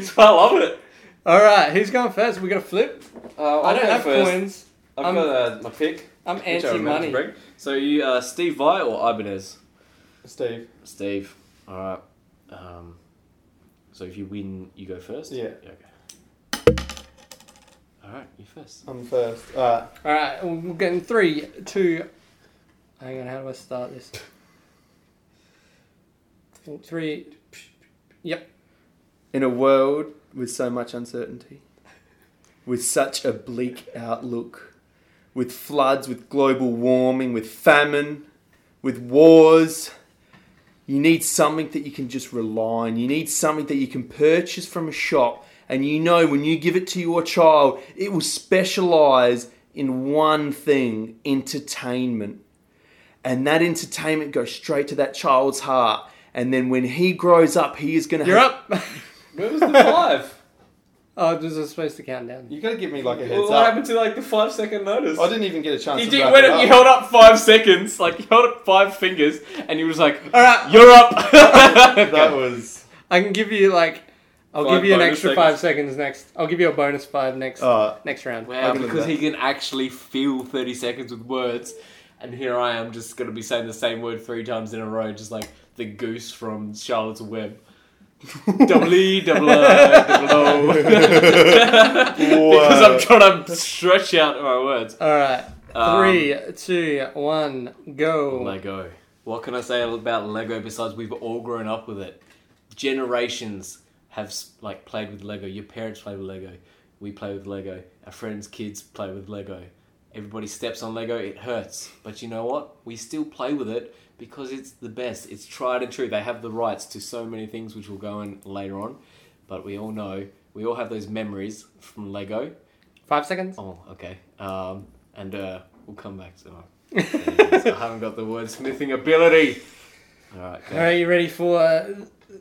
So I love it. All right, who's going first? We got a flip. Uh, I don't have first. coins. Um, I've I'm- got uh, my pick. I'm which I anti remember to money. bring. So you, uh, Steve Vai or Ibanez? Steve. Steve. All right. Um, so if you win, you go first. Yeah. okay. All right, you first. I'm first. Uh, Alright. All right, we're getting three, two. Hang on, how do I start this? Three. In a world with so much uncertainty, with such a bleak outlook, with floods, with global warming, with famine, with wars, you need something that you can just rely on. You need something that you can purchase from a shop, and you know when you give it to your child, it will specialize in one thing entertainment and that entertainment goes straight to that child's heart. And then when he grows up, he is going to. You're up. Where was the five? Oh, this is supposed to count down. You got to give me like a what happened to like the five second notice? Oh. I didn't even get a chance. You to did wrap when it you up. held up five seconds, like you held up five fingers, and you was like, All right, "You're up." That was. I can give you like. I'll Five give you an bonus extra five seconds next. I'll give you a bonus five next Uh, next round. Wow, can live because with he can actually fill 30 seconds with words. And here I am just going to be saying the same word three times in a row, just like the goose from Charlotte's Web. double E, double O, double O. Oh. because I'm trying to stretch out my words. All right, Um, three, two, one, go. Lego. What can I say about Lego besides we've all grown up with it? Generations have like played with Lego. Your parents play with Lego. We play with Lego. Our friends' kids play with Lego. Everybody steps on Lego. It hurts, but you know what? We still play with it because it's the best. It's tried and true. They have the rights to so many things, which we'll go in later on. But we all know we all have those memories from Lego. Five seconds. Oh, okay. Um, and uh, we'll come back to that. I haven't got the wordsmithing ability. All right. All right, you ready for uh,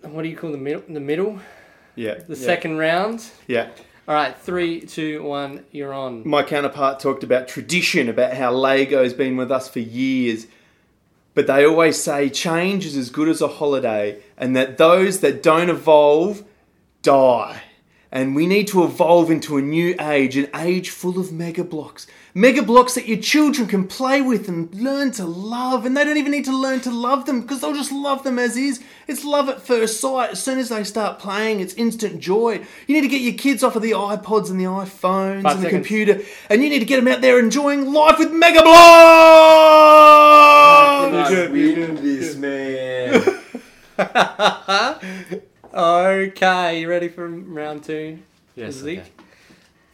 what do you call the middle? The middle, Yeah. the yeah, second round. Yeah. All right, three, two, one. You're on. My counterpart talked about tradition, about how Lego's been with us for years. But they always say change is as good as a holiday, and that those that don't evolve die. And we need to evolve into a new age, an age full of mega blocks. Mega blocks that your children can play with and learn to love. And they don't even need to learn to love them because they'll just love them as is. It's love at first sight. As soon as they start playing, it's instant joy. You need to get your kids off of the iPods and the iPhones Five and the seconds. computer. And you need to get them out there enjoying life with mega Oh, blocks. good, you're win this, man. Okay, you ready for round two? yes, Zeke. okay.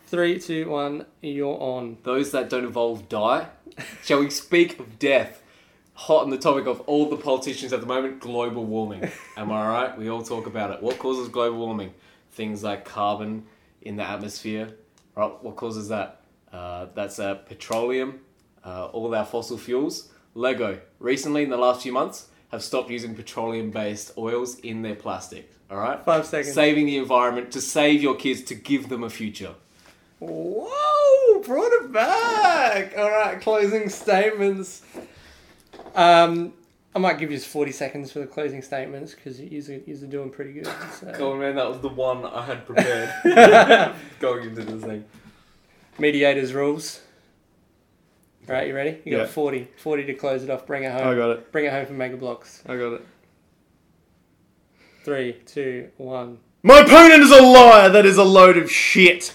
Three, two, one. You're on. Those that don't evolve die. Shall we speak of death? Hot on the topic of all the politicians at the moment, global warming. Am I right? We all talk about it. What causes global warming? Things like carbon in the atmosphere. Right? What causes that? Uh, that's uh, petroleum, uh, all our fossil fuels. Lego. Recently, in the last few months, have stopped using petroleum based oils in their plastic. All right? Five seconds. Saving the environment to save your kids to give them a future. Whoa! Brought it back. All right, closing statements. Um, I might give you just forty seconds for the closing statements because you're doing pretty good. So. Oh man, that was the one I had prepared going into this thing. Mediators rules. All right, you ready? You got Yeah. 40. 40 to close it off. Bring it home. I got it. Bring it home for Mega Blocks. I got it. Three, two, one. My opponent is a liar. That is a load of shit.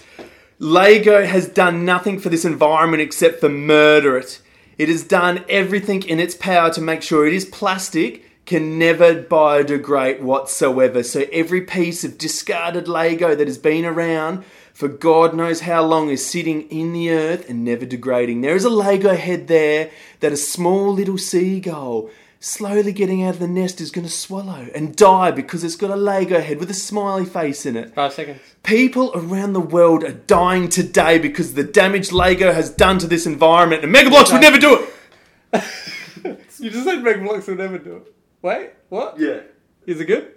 Lego has done nothing for this environment except for murder it. It has done everything in its power to make sure it is plastic, can never biodegrade whatsoever. So every piece of discarded Lego that has been around for God knows how long is sitting in the earth and never degrading. There is a Lego head there that a small little seagull slowly getting out of the nest is going to swallow and die because it's got a Lego head with a smiley face in it. Five seconds. People around the world are dying today because of the damage Lego has done to this environment, and Megablocks would never do it. You just said Mega Blocks will never do it. Wait, what? Yeah. Is it good?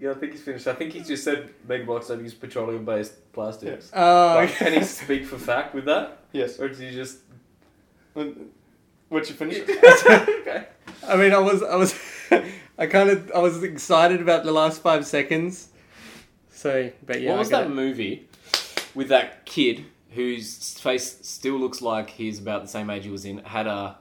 Yeah, I think he's finished. I think he's just said Megablocks don't use petroleum based plastics. Oh, Like, can he speak for fact with that? Yes. Or did he just. Once you finish okay. I mean, I was, I was, I kind of, I was excited about the last five seconds. So, but yeah, what was I got that movie with that kid whose face still looks like he's about the same age he was in? Had a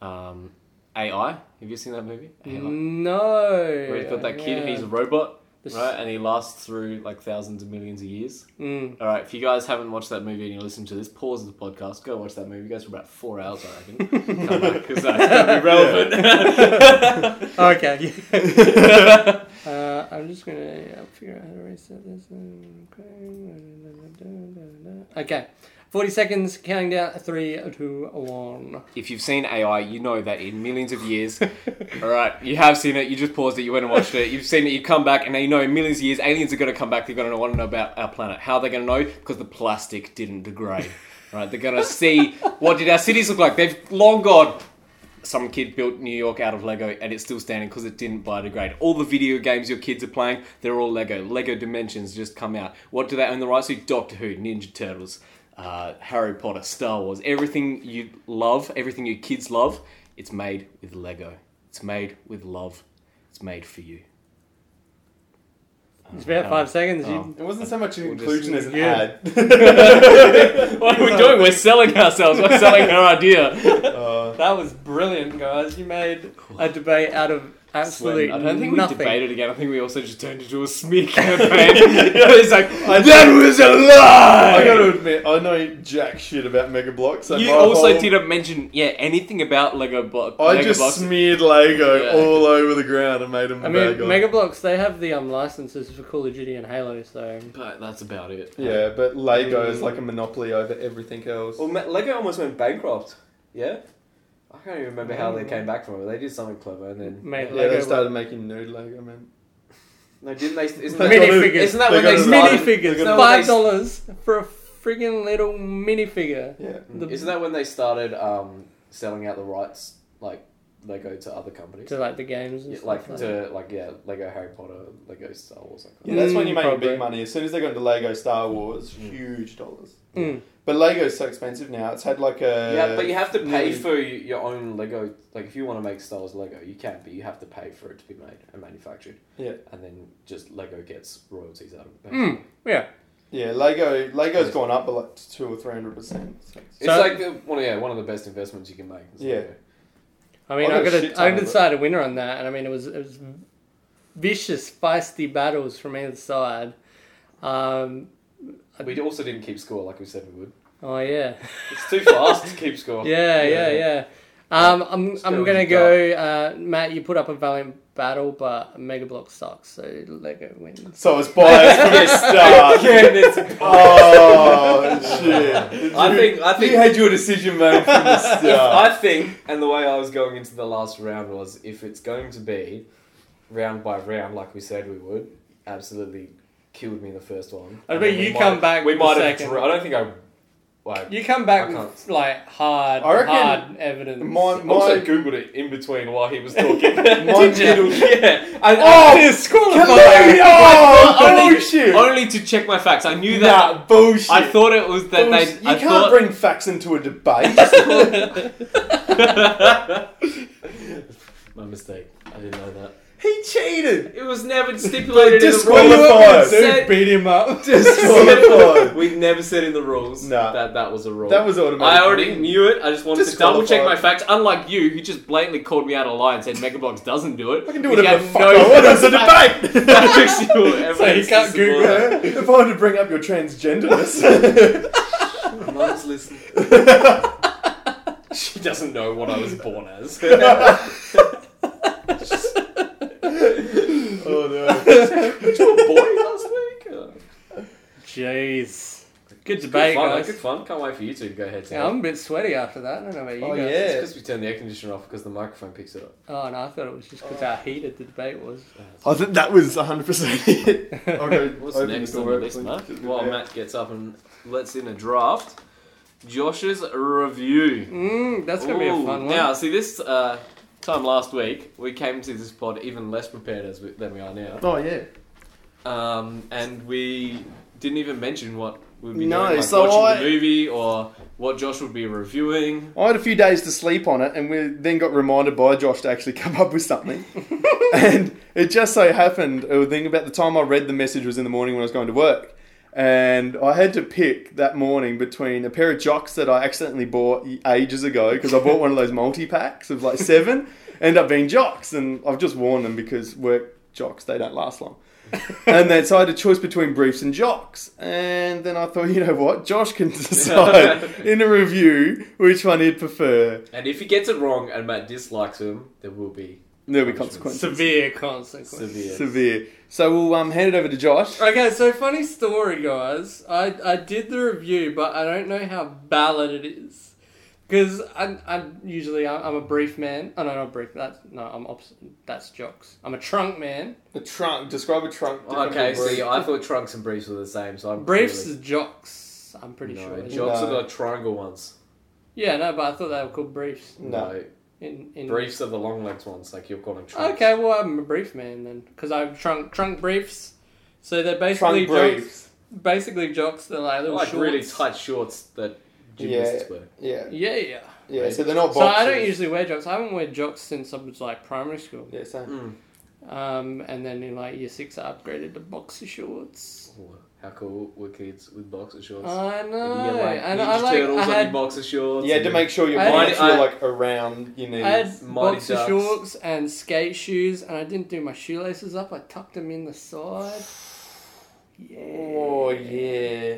um, AI. Have you seen that movie? it. AI. No. Where he's got that kid, Mm, yeah. he's a robot, This- right? And he lasts through like thousands of millions of years. Mm. All right, if you guys haven't watched that movie and you're listening to this, pause the podcast, go watch that movie. It goes for about four hours, I reckon. Come back, because that's going to be relevant. Okay. yeah. uh, I'm just gonna yeah, figure out how to reset this. Okay. Forty seconds. Counting down. Three, two, one. if you've seen AI, you know that in millions of years, all right, you have seen it, you just paused it, you went and watched it, you've seen it, you come back, and now you know in millions of years, aliens are going to come back, they're going to want to know about our planet. How are they going to know? Because the plastic didn't degrade, right? They're going to see what did our cities look like. They've long gone. Some kid built New York out of Lego and it's still standing because it didn't biodegrade. All the video games your kids are playing, they're all Lego. Lego Dimensions just come out. What do they own the rights to? Doctor Who, Ninja Turtles, uh, Harry Potter, Star Wars. Everything you love, everything your kids love, it's made with Lego. It's made with love. It's made for you. Uh, It's about five seconds. You, It wasn't so much an conclusion as an Yeah. Oh. What are we doing? We're selling ourselves. We're selling our idea. Uh, that was brilliant, guys. You made a debate out of absolutely I don't think nothing. we debated again. I think we also just turned into a smear campaign. it's like, that was a I lie! gotta admit, I know jack shit about Megablocks. So You my also whole- didn't mention, yeah, anything about Lego, blo- I Lego just blocks. smeared Lego Yeah. all over the ground and made them. I mean, Mega Bloks, they have the um, licenses for Call of Duty and Halo, so. but that's about it. Yeah, but Lego is like a monopoly over everything else. Well, Ma- Lego almost went bankrupt. Yeah? I can't even remember how they Mm. came back from it. They did something clever and then. Made yeah, Lego. they started making nude Lego, man. No, didn't they? Isn't that, They got Minifigures. a- isn't that when got they a- started? minifigures. Isn't that when Five they- dollars for a friggin' little minifigure. Yeah. The- Mm. Isn't that when they started um, selling out the rights, like Lego, to other companies? to like the games and Yeah, stuff like like that. to like yeah, Lego Harry Potter, Lego Star Wars. Like that. Yeah, that's when Mm, you make your probably. big money. As soon as they got into Lego Star Wars, huge dollars. Mm. But Lego's so expensive now. It's had like a yeah, but you have to pay mm. for y- your own Lego. Like if you want to make Star Wars Lego, you can, but you have to pay for it to be made and manufactured. Yeah. and then just Lego gets royalties out of it. Mm. basically. Yeah. yeah Lego Lego's gone up by like two or three hundred percent. It's So- like the, one of yeah, one of the best investments you can make. is Yeah. Lego. I mean, I I got a got shit a, ton I of it. decided a winner on that, and I mean, it was it was vicious, feisty battles from either side. Um, we also didn't keep score like we said we would. oh yeah, It's too fast to keep score. yeah, yeah, yeah. Um, I'm Still I'm in gonna the go, uh, Matt. You put up a valiant battle, but Mega Block sucks, so Lego wins. So it's biased from the start. Again, it's- Oh shit! I think I think you had your decision made from the start. I think, and the way I was going into the last round was, if it's going to be round by round, like we said we would, absolutely killed me the first one. I bet And then we you might- come back We the might have. second. Dra- I don't think I. like You come back I can't. with like hard, I reckon hard evidence. My, I also my, googled it in between while he was talking. Mine Did you? Yeah. I, Oh, I, Chlamydia! Oh, only- bullshit! Only to check my facts. I knew that. Nah, bullshit. I thought it was that they. Bullshit. you I can't thought, bring facts into a debate. My mistake. I didn't know that. he cheated. It was never stipulated in the rules. Disqualified. Said- beat him up. Disqualified. we never said in the rules Nah. that that was a rule. That was automatic. I already knew it. I just wanted to Disqualified. double check my facts. Unlike you, who just blatantly called me out of line and said Megabox doesn't do it. I can do You whatever the had fuck no I want. It's a debate. factual evidence to can't support Google that. if I wanted to bring up your transgenderness, Mom's listening. she doesn't know what I was born as. oh no. Did you a boy last week? Uh, Jeez. Good Good debate, fun, guys. good fun. Can't wait for you two to go ahead to Yeah, I'm a bit sweaty after that. I don't know about you Oh guys. yeah. because we turned the air conditioner off because the microphone picks it up. Oh, no, I thought it was just because how heated the debate was. I think that was 100% it. I'll go What's open next the on door, the list, please. Matt? While Matt gets up and lets in a draft, Josh's review. Mm, that's going to be a Ooh, fun one. Now, see this uh, time last week, we came to this pod even less prepared as we, than we are now, Oh yeah. um, and we didn't even mention what we'd be No, doing, like so watching I- the movie or what Josh would be reviewing. I had a few days to sleep on it, and we then got reminded by Josh to actually come up with something. and it just so happened, it was the thing about the time I read the message was in the morning when I was going to work. And I had to pick that morning between a pair of jocks that I accidentally bought ages ago because I bought one of those multi packs of like seven, end up being jocks, and I've just worn them because work jocks they don't last long. and then so I had a choice between briefs and jocks. And then I thought, you know what, Josh can decide in a review which one he'd prefer. And if he gets it wrong and Matt dislikes him, there will be There'll be consequences. Severe consequences. severe. Severe. So we'll um, hand it over to Josh. Okay, so funny story, guys. I, I did the review, but I don't know how valid it is. Because I, I usually, I'm I'm a brief man. Oh, no, not brief. That's, no, I'm opposite. That's jocks. I'm a trunk man. A trunk. Describe a trunk. Oh, Okay, see, I thought trunks and briefs were the same, so I'm Briefs clearly- is jocks. I'm pretty no, sure. jocks No. are the triangle ones. Yeah, no, but I thought they were called briefs. No. In, in briefs are the long legs ones, like you're calling trunks. Okay, well I'm a brief man then, because I've trunk trunk briefs. So they're basically jocks, Trunk briefs. basically jocks. They're like They're little like shorts. really tight shorts that gymnasts wear. Yeah. Yeah, yeah. Yeah. So they're not boxes. So I don't usually wear jocks. I haven't worn jocks since I was like primary school. Yeah, same. Mm. Um, and then in like year six, I upgraded to boxer shorts. Ooh, How cool were kids with boxer shorts? I know, You can get, like, and Ninja I like Turtles I on your had, boxer shorts. Yeah, and to your- make sure your I- bonnets I- were like around your knees. I had Mighty boxer Ducks. shorts and skate shoes, and I didn't do my shoelaces up. I tucked them in the side. Yeah. Oh yeah.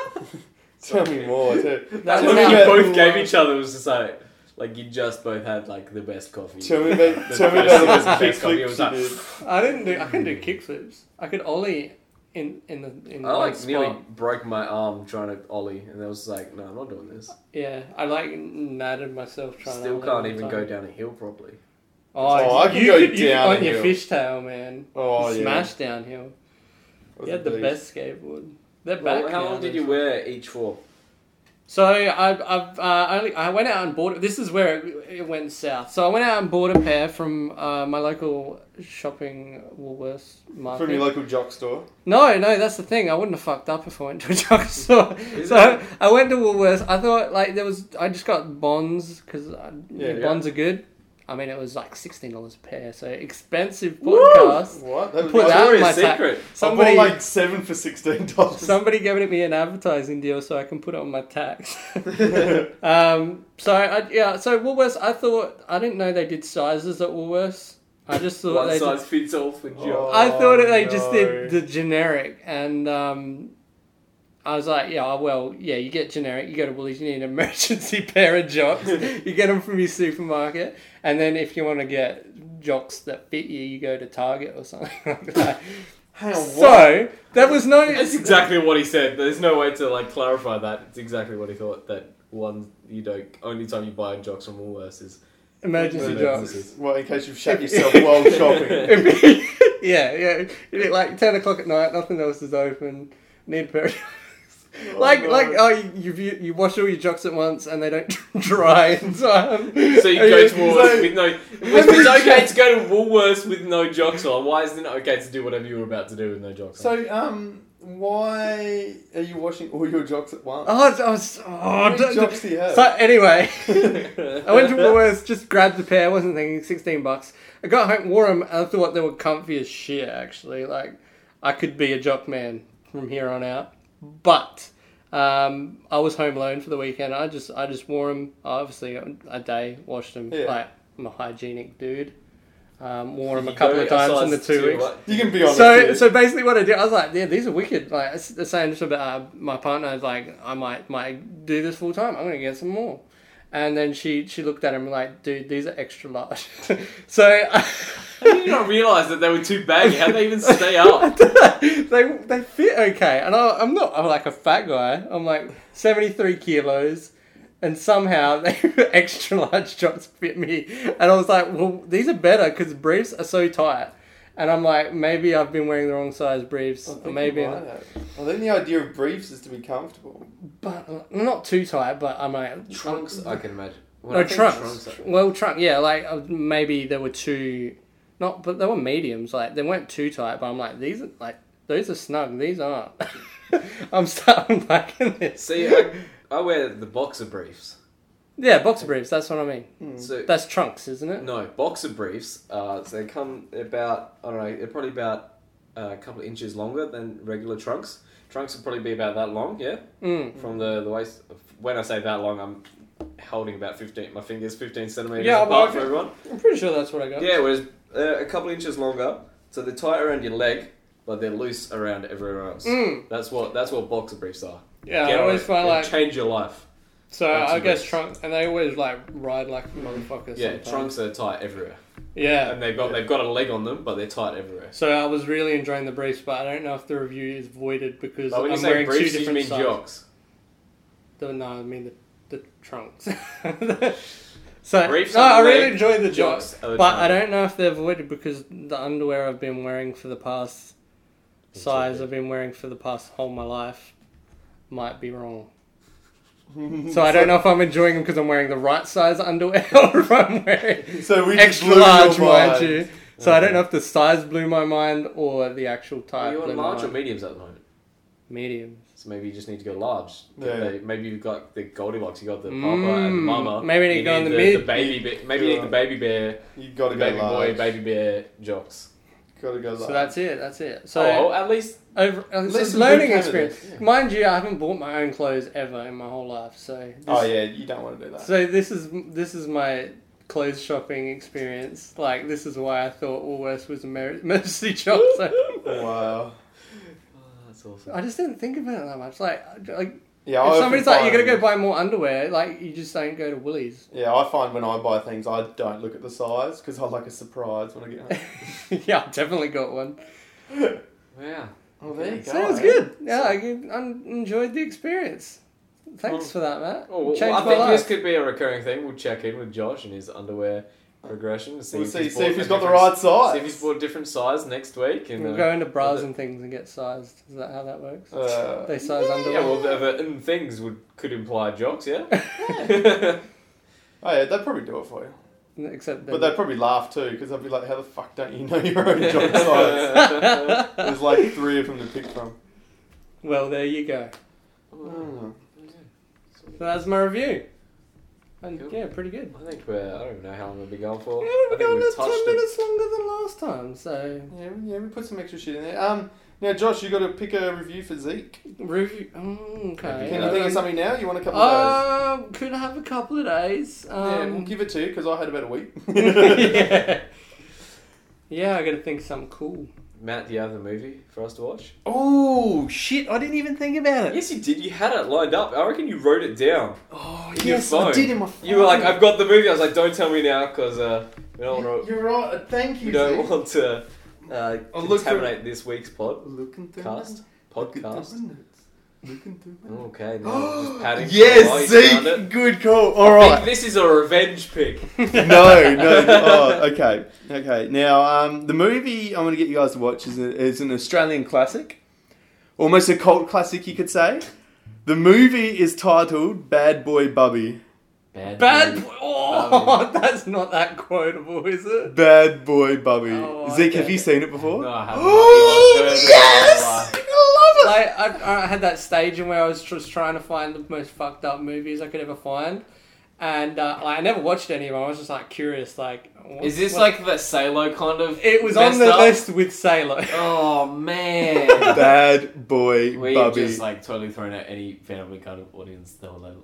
Tell me more. Too. That That's look how- you about- both gave each other was just like, like you just both had like the best coffee. Tell me about. The Tell me first thing about was the the kick best coffee, it was flips you did. like- I didn't do. I couldn't do kickflips. I could ollie in in the in Hmm. I one like spot. nearly broke my arm trying to ollie, and I was like, no, I'm not doing this. Yeah, I like natted myself trying. to Still ollie can't all even the go time. down a hill properly. Oh, Oh, I can you, go could, you could down on a your hill. fishtail, man. Oh yeah. Smash downhill. You had the best skateboard. They're back. Well, how now, long did though. you wear each for? So I, I've uh, only I went out and bought it. This is where it, it went south. So I went out and bought a pair from uh, my local shopping Woolworths market. From your local jock store. No, no, that's the thing. I wouldn't have fucked up if I went to a drugstore. Is so I went to Woolworths. I thought like there was. I just got bonds because Yeah, yeah. bonds are good. I mean, it was like sixteen dollars a pair, so expensive podcast. What? That was Put I that in my Victoria's sack. Secret. Somebody, bought like seven for sixteen dollars. somebody gave it me an advertising deal, so I can put it on my tax. um, so I, yeah, so Woolworths. I thought I didn't know they did sizes at Woolworths. I just thought One they did size fits all for Oh. Joe. I thought it, they no. just did the generic, and um, I was like, yeah, well, yeah, you get generic, you go to Woolies, you need an emergency pair of jocks, you get them from your supermarket, and then if you want to get jocks that fit you, you go to Target or something like that. Hang on, what? so there was no. That's exactly what he said. There's no way to like clarify that. It's exactly what he thought. That one, you know, only time you buy jocks from Woolworths is emergency Emergency. jocks. Well, in case you've shat yourself while shopping. It'd be- yeah, yeah. it'd be like ten o'clock at night, nothing else is open. Need a pair of like, no. like, oh, you, you've- you you wash all your jocks at once and they don't dry in time. So you And go you're to just Woolworths like- with no. If it's okay to go to Woolworths with no jocks on, why isn't it okay to do whatever you were about to do with no jocks on? So, um, why are you washing all your jocks at once? Oh, it's- I was. How Oh, many d- d- jocks do you have? so anyway, I I went to Woolworths, just grabbed a pair. wasn't thinking sixteen bucks. I got home, wore them, and I thought they were comfy as shit. Actually, like I could be a jock man from here on out. But um, I was home alone for the weekend. I just I just wore them. Obviously, a day washed them. Yeah. Like I'm a hygienic dude. Um, wore them a couple of times in the two weeks. you can be honest. So, here. so basically, what I did, I was like, "Yeah, these are wicked." Like, it's the same to uh, my partner. I was like, "I might, might do this full time. I'm gonna get some more." And then she, she looked at him like, "Dude, these are extra large." so I did not realise that they were too baggy. How would they even stay up? they they fit okay, and I, I'm not I'm like a fat guy. I'm like 73 kilos, and somehow they extra large jocks fit me. And I was like, well, these are better because briefs are so tight. And I'm like, maybe I've been wearing the wrong size briefs, I think or you maybe. might have. I think the idea of briefs is to be comfortable. But uh, not too tight, but I'm like Trunks, I can imagine. When No I think trunks. are- Well, trunk. Yeah, like uh, maybe there were two, not, but they were mediums. Like they weren't too tight, but I'm like these are like those are snug. These aren't. I'm starting liking this. See, I, I wear the boxer briefs. Yeah, boxer briefs. That's what I mean. So That's trunks, isn't it? no boxer briefs. Uh, so they come about I don't know. They're probably about uh, a couple of inches longer than regular trunks. Trunks would probably be about that long. Yeah. Mm. from the, the waist. When I say that long, I'm holding about 15, my fingers 15 centimeters Yeah, I'm apart like- for everyone. I'm pretty sure that's what I got. Yeah, whereas uh, a couple inches longer, so they're tight around your leg, but they're loose around everywhere else. Mm. That's what that's what boxer briefs are. Yeah, Get I on always it. find It'll like change your life. so. Boxer I guess briefs. trunks, and they always like ride like motherfuckers. Yeah, sometimes. trunks are tight everywhere, Yeah, and they've got they've got a leg on them, but they're tight everywhere. So I was really enjoying the briefs, but I don't know if the review is voided because But when you I'm say wearing briefs, two you different mean sizes. jocks. The, no, I mean the, the trunks. so Briefs no, are I the really leg, enjoy the jocks jocks, are the but I trunks. don't know if they're voided because the underwear I've been wearing for the past It's size okay. I've been wearing for the past whole my life might be wrong. Mm. So I don't know if I'm enjoying them because I'm wearing the right size underwear or if I'm wearing So we just extra blew your large, mind mind. you. So I don't know if the size blew my mind or the actual Are type. you on blew my large or mind. mediums at the moment? medium? So maybe you just need to go large. Yeah. They- Maybe you've got the Goldilocks, you got the papa and the Mm, mama. maybe you You go in the the, mid. the baby. Be- maybe you need the Yeah. baby bear, You gotta the go baby large. boy, baby bear jocks. Gotta go large. So that's it. That's it. So oh, at least over, uh, least so it's a learning good experience. candidate, yeah. Mind you, I haven't bought my own clothes ever in my whole life. So this, oh yeah, you don't want to do that. so this is this is my clothes shopping experience. Like this is why I thought Woolworths was a mer- emergency shop. So wow. oh, that's awesome. I just didn't think about it that much. Like like Yeah, if often somebody's like, you're find- gonna go buy more underwear. Like you just don't go to Woolies. Yeah, I find when I buy things, I don't look at the size because I like a surprise when I get home. yeah, I definitely got one. Yeah. Oh, there you go. Sounds eh? good. Yeah, I g- I enjoyed the experience. Thanks for that, Matt. Oh, well, Changed my I think this life. could be a recurring thing. We'll check in with Josh and his underwear progression. and We'll see, see bought if he's a got the different- right size. See if he's bought a different size next week. And, We'll uh, go into bras the- and things and get sized. Is that how that works? Uh, they size Yeah, underwear. well, the, the mm, things would could imply jocks, yeah? oh yeah, they'd probably do it for you, Except but that- they'd probably laugh too because they'd be like, "How the fuck don't you know your own job size?" There's like three of them to pick from. well, there you go. Hmm. Mm. So that's my review. And Cool. yeah, pretty good. I think we're. I don't even know how long we've been going for. Yeah, I we're think going we've to ten touched it. minutes longer than last time. So Yeah, we- yeah, we put some extra shit in there. Um, now Josh, you got to pick a review for Zeke. review. Mm, okay. Yeah. Can you think of something now? You want a couple of days? Um, could have a couple of days. yeah, we'll Um, give it to you because I had about a week. yeah. yeah, I gotta think of something cool. Matt, do you have the movie for us to watch? Oh shit! I didn't even think about it. Yes, you did. You had it lined up. I reckon you wrote it down. oh In your phone. in my phone. You were like, "I've got the movie." I was like, "Don't tell me now, because uh, we don't want to. You're right. Thank you. We don't Zeke. want to uh, I'll look for- contaminate this week's pod Looking through cast my- looking through podcast." my notes. Looking through my notes. Okay, now just padding. for a while, you Yes, found it. Zeke. Good call. All I think right. This is a revenge pick. no, no. Oh, okay, okay. Now, um, the movie I'm going to get you guys to watch is, a, is an Australian classic, almost a cult classic, you could say. The movie is titled Bad Boy Bubby. Bad. Bad. Boy. Boy- Oh, that's not that quotable, is it? Bad Boy Bubby. Oh, Zeke, okay. have you seen it before? No, I haven't. yes! I love it! Like, I, I had that stage in where I was just trying to find the most fucked up movies I could ever find, and uh, like, I never watched any of them. I was just like curious, like, what, Is this what- like the Salo kind of? It was on messed the up? list with Sailor. Oh man. Bad Boy We've Bubby. just like totally thrown out any family kind of audience that will like,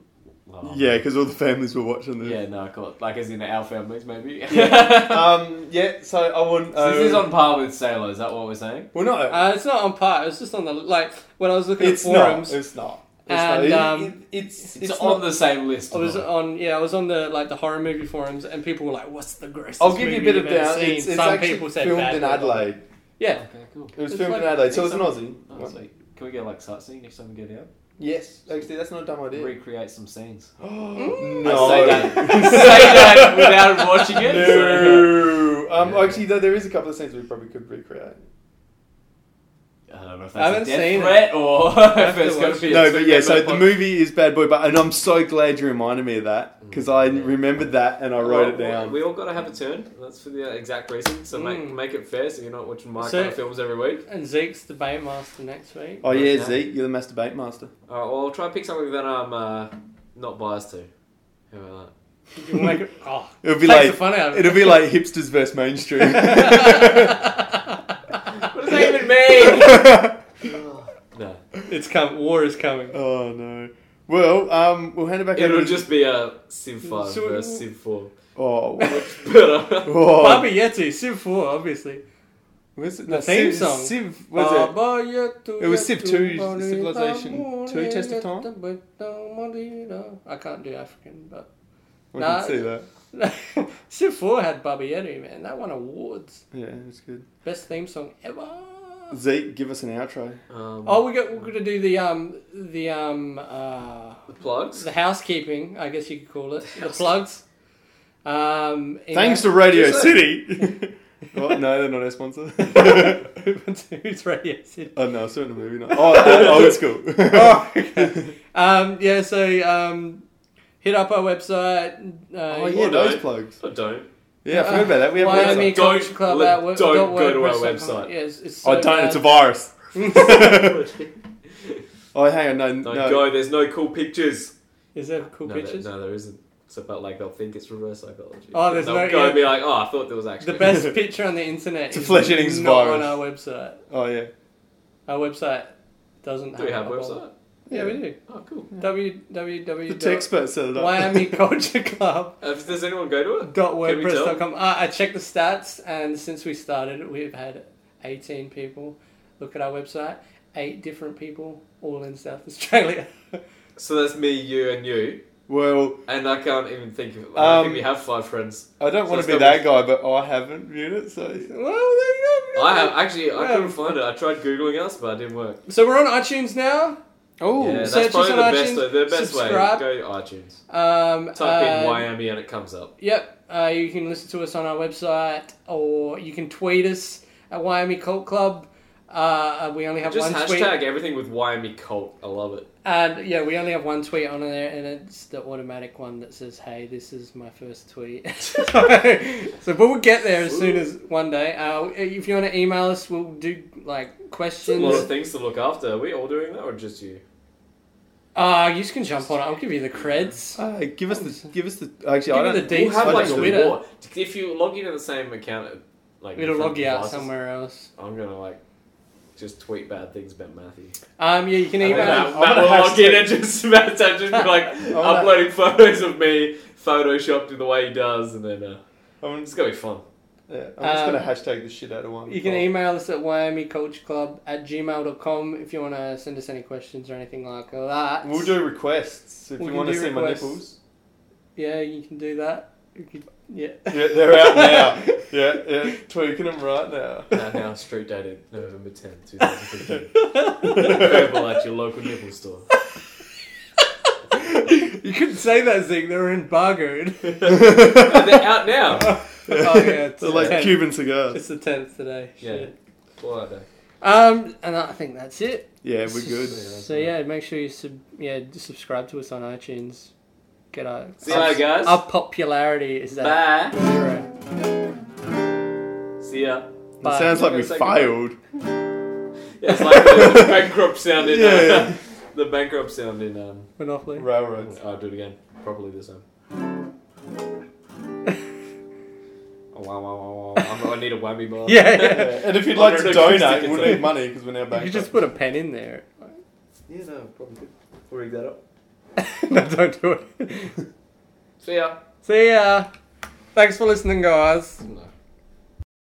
laugh. Yeah, because all the families were watching this. Oh. Yeah, no, cool. Like as in our families, maybe. Um, yeah, so I want. so Um, this is on par with Sailor. Is that what we're saying? Well, no. Uh, it's not on par. It's just on the like when I was looking it's at forums. not. It's not. It's And, not. um, it's, It's, on the same list. I was though. on yeah, I was on the like the horror movie forums, and people were like, "What's the grossest?" I'll give you a movie bit of you've ever down. seen?" It's, it's Some actually people said filmed Bad in Boy. Adelaide. Yeah, Okay, cool. It was It's filmed like- in Adelaide, so it was an it's Aussie. Oh, sweet. Can we get like sightseeing next time we go down? Yes, actually, that's not a dumb idea. Recreate some scenes. no. I say that, say that without watching it. so- No. Um, Yeah. Actually, though, there is a couple of scenes we probably could recreate. I don't know I if that's a haven't death seen threat or if to it's going to watch be. a No, but yeah, so two-member the pod- movie is Bad Boy, but and I'm so glad you reminded me of that because I remembered that and I wrote it Well, down. We all got to have Oh, a turn. That's for the exact reason. So make Mm. make it fair. So you're not watching my So- kind of films every week. and Zeke's debate master next week. Oh yeah, Okay. Zeke, you're the master bait master. All right. Uh, Well, I'll try and pick something that I'm uh, not biased to. How about You make it, oh, It'll be takes the like fun out of it. it'll be like hipsters versus mainstream. that? What does that even mean? no, It's come. War is coming. oh no. Well, um, we'll hand it back. over it'll to- just be a Civ Five So- versus Civ Four. uh, oh. Better. oh. Bobby Yeti, Civ Four, obviously. Where's it? The theme song. Oh, Civ, was it? Baba Yetu, It was Civ Yetu, 2, Bari Civilization Bamuri, 2, Test of Time? Time. I can't do African, but We Nah. can see that. Civ 4 had Baba Yeti, man. That won awards. Yeah, it's good. Best theme song ever. Zeke, give us an outro. Um, Oh, we got, we're going to do the, um, the, um, uh, the plugs. the housekeeping, I guess you could call it. The plugs. Um, in- Thanks to Radio Yes, sir. City. well, no, they're not our sponsor. Who's Radio City? oh no, it's not a movie. Night. Oh, uh, old school. Oh, okay. um, yeah, so, um, hit up our website. Uh, Oh Or yeah, those don't. plugs. Or don't. Yeah, I forgot about that. We have a website. Wyoming Don't Culture Club li- at wo- don't dot go to our WordPress.com. website. Yeah, it's, it's so Oh, don't. It's a bad. virus. don't Oh, hang on. No, no. go. There's no cool pictures. Is there cool no, pictures? There, no, there isn't. So, but like they'll think it's reverse psychology. Oh, there's they'll no- go yeah. and be like, oh, I thought there was actually The best picture on the internet It's a is flesh eating not virus. on our website. Oh yeah. Our website doesn't Do we have a a website? Yeah, we do. Oh, cool. The tech expert set it up. www.wyomingcultureclub.wordpress.com. Uh, does anyone go to it? Uh, I checked the stats, and since we started, we've had 18 people look at our website, eight different people, all in South Australia. So that's me, you, and you, Well, and I can't even think of. I don't Um, think we have five friends. I don't So want it's to be got that guy, but I haven't viewed it. So well, there you go. I have actually. I Yeah. couldn't find it. I tried googling us, but it didn't work. So we're on iTunes now. oh, yeah, that's search us probably the on best. iTunes, Way, the best subscribe. way. Go to iTunes. Um, Type in uh, Wyoming and it comes up. Yep, uh, you can listen to us on our website, or you can tweet us at Wyoming Cult Club. Uh, we only have Just one hashtag tweet, everything with Wyoming cult. I love it. and yeah, we only have one tweet on there, and it's the automatic one that says, "Hey, this is my first tweet." so, but we'll get there as soon as one day. Uh, if you want to email us, we'll do like A lot of questions. things to look after. Are we all doing that, or just you? Uh, you can jump on it. I'll give you the creds. Uh, give us the give us the actually I Give me don't the We'll dates have I like just a for Twitter. war. If you log into the same account, like It'll different log you out devices, somewhere else. I'm gonna like just tweet bad things about Matthew. Um, yeah, you can email. Matt, I'm Matt gonna will log in hashtag- and just Matt just be like gonna- uploading photos of me, photoshopped in the way he does, and then uh, I'm it's just, gonna be fun. yeah, I'm just gonna Um, hashtag the shit out of one. You can email us at WyomingCultureClub at gmail.com if you want to send us any questions or anything like that. We'll do requests if We you can want to do see my requests. nipples. Yeah, you can do that. You could- yeah. Yeah, they're out now. yeah, yeah, tweaking them right now. Now, now street dated November 10th, 2015. Available at your local nipple store. You couldn't say that, Zeke. They were embargoed. They're out now. oh, yeah. It's, They're the like 10th. Cuban cigars. it's the 10th today. Yeah. Shit. Well, I know. Um, and I think that's it. Yeah, we're good. So yeah, make sure you sub- yeah subscribe to us on iTunes. Get our See ya, our- guys. Our popularity is that Bye. zero. See ya. It Bye. sounds like we Second. failed. Yeah, it's like the bankrupt sound in uh, Yeah. the bankrupt sound in um. Monopoly. Railroads. I'll do it again properly this time. oh, wow, wow, wow, wow. I'm- I need a whammy bar. Yeah, yeah. And if you'd like to Hundred acoustic donate, we'll guitar. need money because we're now You back. could just put a pen in there. Yeah, no, probably could. We'll rig that up. no, don't do it. See ya. See ya. Thanks for listening, guys. No.